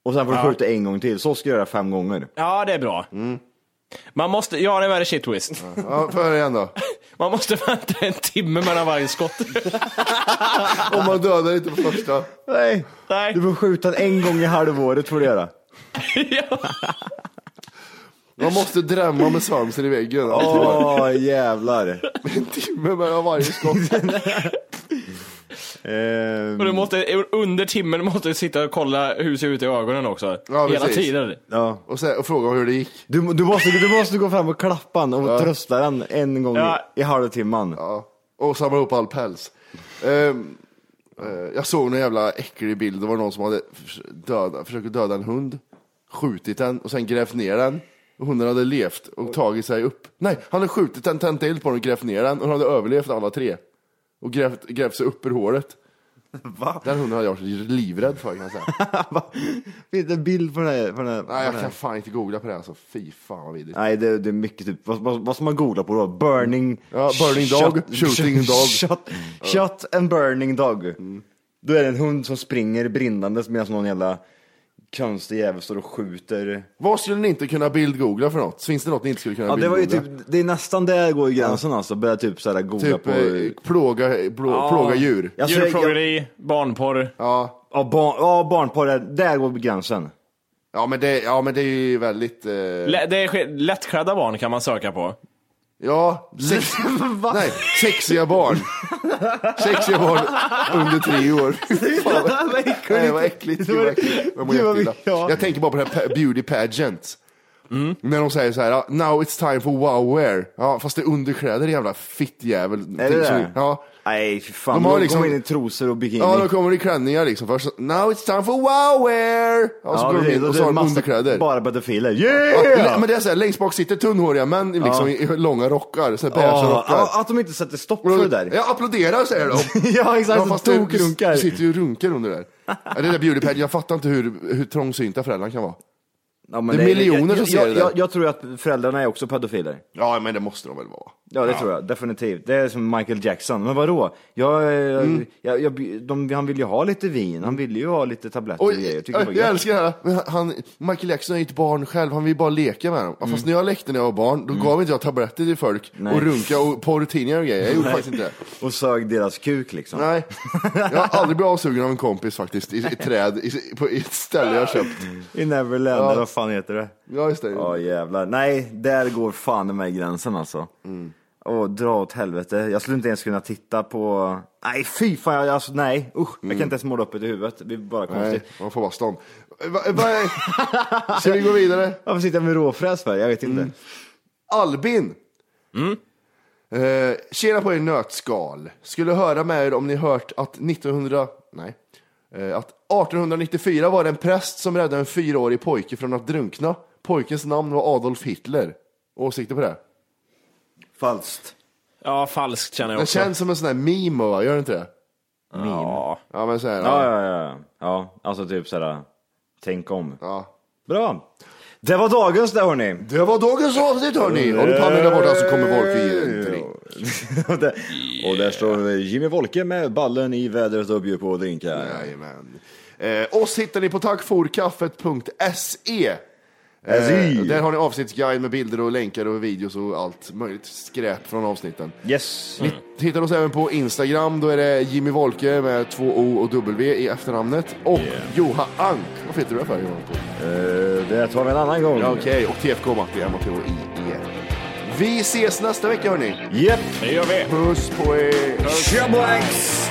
Speaker 6: Och sen får du
Speaker 7: Ja.
Speaker 6: skjuta en gång till, så ska du göra fem gånger.
Speaker 7: Ja, det är bra. Man måste, jag har en värre shit twist.
Speaker 2: Ja, får jag höra igen då.
Speaker 7: Man måste *laughs* vänta en timme mellan varje skott. *laughs*
Speaker 2: Om man dödar inte på första.
Speaker 6: Nej.
Speaker 7: Nej.
Speaker 6: Du får skjuta den en gång i halvåret får du göra.
Speaker 2: Man måste drämma med svansen i väggen. Typ
Speaker 6: Åh jävlar.
Speaker 2: En timme mellan varje skott.
Speaker 7: Och du
Speaker 6: Ehm,
Speaker 7: måste, under timmen måste du sitta och kolla hur det ser ut i ögonen också.
Speaker 2: Ja,
Speaker 7: Hela
Speaker 2: precis.
Speaker 7: tiden.
Speaker 6: ja.
Speaker 2: Och, så, och fråga hur det gick.
Speaker 6: du, du, måste, du måste gå fram och klappa den och trösta den en gång
Speaker 7: Ja.
Speaker 6: i, i halvtimman.
Speaker 2: Ja. Och samla ihop all päls. Ehm, eh, jag såg en jävla äcklig bild. Det var någon som hade förs- döda, försökt döda en hund, skjutit den och sen grävt ner den. Och hunden hade levt och tagit sig upp. Nej, han hade skjutit den, tänt eld på den och grävt ner den. Och den hade överlevt alla tre. Och grävt, grävt sig upp ur håret.
Speaker 6: Va?
Speaker 2: Den hunden hade jag varit livrädd för kan jag säga.
Speaker 6: *laughs* Finns det en bild på den här? På den här på
Speaker 2: Nej,
Speaker 6: den
Speaker 2: jag
Speaker 6: här?
Speaker 2: kan fan inte googla på det här, alltså. Fy fan vad vidrigt.
Speaker 6: Nej, det, det är mycket typ, vad, vad, vad ska man googla på då? Burning...
Speaker 2: Ja, burning dog, shooting dog. Mm.
Speaker 6: Shot, shot and burning dog. Då är det en hund som springer brinnandes medan någon jävla konstig jävel står och skjuter.
Speaker 2: Vad skulle ni inte kunna bildgoogla för något? Finns det något ni inte skulle kunna
Speaker 6: Ja, det var ju typ,
Speaker 2: bildgoogla?
Speaker 6: det är nästan där går gränsen alltså, börja typ såhär googla
Speaker 2: typ
Speaker 6: på...
Speaker 2: eh, plåga, plå, plåga djur.
Speaker 6: Jag ser- jag-
Speaker 7: Djurplågeri, barnporr.
Speaker 2: Ja,
Speaker 6: Ja, barn, ja, barnporr, där- där går gränsen.
Speaker 2: ja, men, det, ja men det är ju väldigt... Eh,
Speaker 7: Lä- Det är ske- lättklädda barn kan man söka på.
Speaker 2: Ja,
Speaker 6: *laughs*
Speaker 2: sex... Nej, sexiga barn. sexiga barn under tre
Speaker 6: *laughs*
Speaker 2: år. Fan, vad- Nej, vad äckligt. Gud vad äckligt. Jag mår
Speaker 6: Gud,
Speaker 2: jätteilla.
Speaker 6: vad mycket, ja. Mm.
Speaker 2: Jag tänker bara på det här pa- beauty pageant. När de säger så här, "Ah, now it's time for wow wear. Ja, fast det är underkläder jävla fittjävel.
Speaker 6: Är det det?
Speaker 2: Ja.
Speaker 6: Nej, fy fan.
Speaker 2: De
Speaker 6: De,
Speaker 2: har
Speaker 6: har
Speaker 2: liksom-
Speaker 6: kommer in i trosor och bikini.
Speaker 2: Ja, de kommer i klänningar liksom. Först, now it's time for wow wear. Ja, så
Speaker 6: Ja,
Speaker 2: går de
Speaker 6: precis.
Speaker 2: in och
Speaker 6: Och
Speaker 2: så
Speaker 6: det är
Speaker 2: har de
Speaker 6: massa
Speaker 2: underkläder.
Speaker 6: Bara pedofiler.
Speaker 2: Ja,
Speaker 6: Yeah!
Speaker 2: men det är så här, längst bak sitter tunnhåriga män liksom, i i långa rockar, så här beiga
Speaker 6: Ja,
Speaker 2: rockar.
Speaker 6: ja, att de inte sätter stopp för det där.
Speaker 2: Jag applåderar säger de.
Speaker 6: *laughs* Ja, exakt, så
Speaker 2: det-
Speaker 6: tokrunkar.
Speaker 2: Du sitter ju och runkar under där. Ja, det där beauty pageant, jag fattar inte hur, hur trångsynta föräldrarna kan vara.
Speaker 6: Ja,
Speaker 2: det är miljoner som
Speaker 6: jag,
Speaker 2: ser
Speaker 6: jag,
Speaker 2: det där.
Speaker 6: jag, jag tror att föräldrarna är också pedofiler.
Speaker 2: Ja, men det måste de väl vara.
Speaker 6: Ja, det tror jag. Definitivt. Det är som Michael Jackson. Men vadå? Jag, jag,
Speaker 2: Mm.
Speaker 6: jag, jag, de, han vill ju ha lite vin, han vill ju ha lite tabletter och
Speaker 2: Oj,
Speaker 6: grejer. Jag tycker det var
Speaker 2: jag,
Speaker 6: gött.
Speaker 2: älskar det här. Men han, Michael Jackson är ju ett barn själv, han vill ju bara leka med dem. Ja, Fast när jag lekte när jag var barn, då gav inte jag tabletter till folk
Speaker 6: Mm. Nej.
Speaker 2: och runka och porrtidningar och grejer. Jag gjorde
Speaker 6: Nej.
Speaker 2: faktiskt
Speaker 6: *laughs*
Speaker 2: inte det.
Speaker 6: Och sög deras kuk liksom.
Speaker 2: Nej, jag har aldrig blivit avsugen av en kompis faktiskt, i, i träd, i, på, i ett ställe jag har köpt.
Speaker 6: I Neverland,
Speaker 2: Ja.
Speaker 6: eller vad fan heter det?
Speaker 2: Ja, just det.
Speaker 6: Ja jävlar. Nej, där går fan i mig gränsen alltså.
Speaker 2: Mm.
Speaker 6: Åh, dra åt helvete. Jag skulle inte ens kunna titta på... Nej, fy fan. Jag, alltså, nej, usch. Jag kan inte ens måla upp det i huvudet. Det blir bara
Speaker 2: Mm. Nej,
Speaker 6: konstigt.
Speaker 2: man får bara stånd. Va, va, ska vi gå vidare?
Speaker 6: Varför sitter jag med råfräs för? Jag vet inte.
Speaker 2: Mm. Albin!
Speaker 6: Mm.
Speaker 2: Eh, tjena på er nötskal. Skulle höra med er om ni hört att 1900... Nej. Eh, att 1894 var det en präst som räddade en fyraårig pojke från att drunkna. Pojkens namn var Adolf Hitler. Åsikter på det?
Speaker 6: Falskt.
Speaker 7: Ja, falskt känner jag
Speaker 2: Det
Speaker 7: också.
Speaker 2: känns som en sån här meme, va? Gör det inte det?
Speaker 6: Ja.
Speaker 2: Ja, men så här,
Speaker 6: Ja,
Speaker 2: ja.
Speaker 6: ja, ja. Ja, alltså typ sådär, tänk om.
Speaker 2: Ja.
Speaker 6: Bra. Det var dagens det hörni.
Speaker 2: Det var dagens avsnitt hörni! Har du pannan där borta så kommer Wolfie.
Speaker 6: *laughs* och, där, och där står Jimmy Wolke med ballen i vädret och bjuder på drinkar.
Speaker 2: Jajamän. Eh, oss hittar ni på tackforkaffet.se.
Speaker 6: SE.
Speaker 2: E. Eh, där har ni avsnittsguide med bilder och länkar och videos och allt möjligt skräp från avsnitten.
Speaker 6: Yes. Eh,
Speaker 2: Ni hittar oss även på Instagram, då är det Jimmy Wolke med två O och W i efternamnet. Och Joha Ank, vad heter du för Johan?
Speaker 6: Eh, det tar vi en annan gång.
Speaker 2: Ja, Okej, och TFK Matti, m o i e Vi ses nästa vecka hörni.
Speaker 6: Japp.
Speaker 7: Det gör vi.
Speaker 2: Puss på er.
Speaker 6: Tja boys!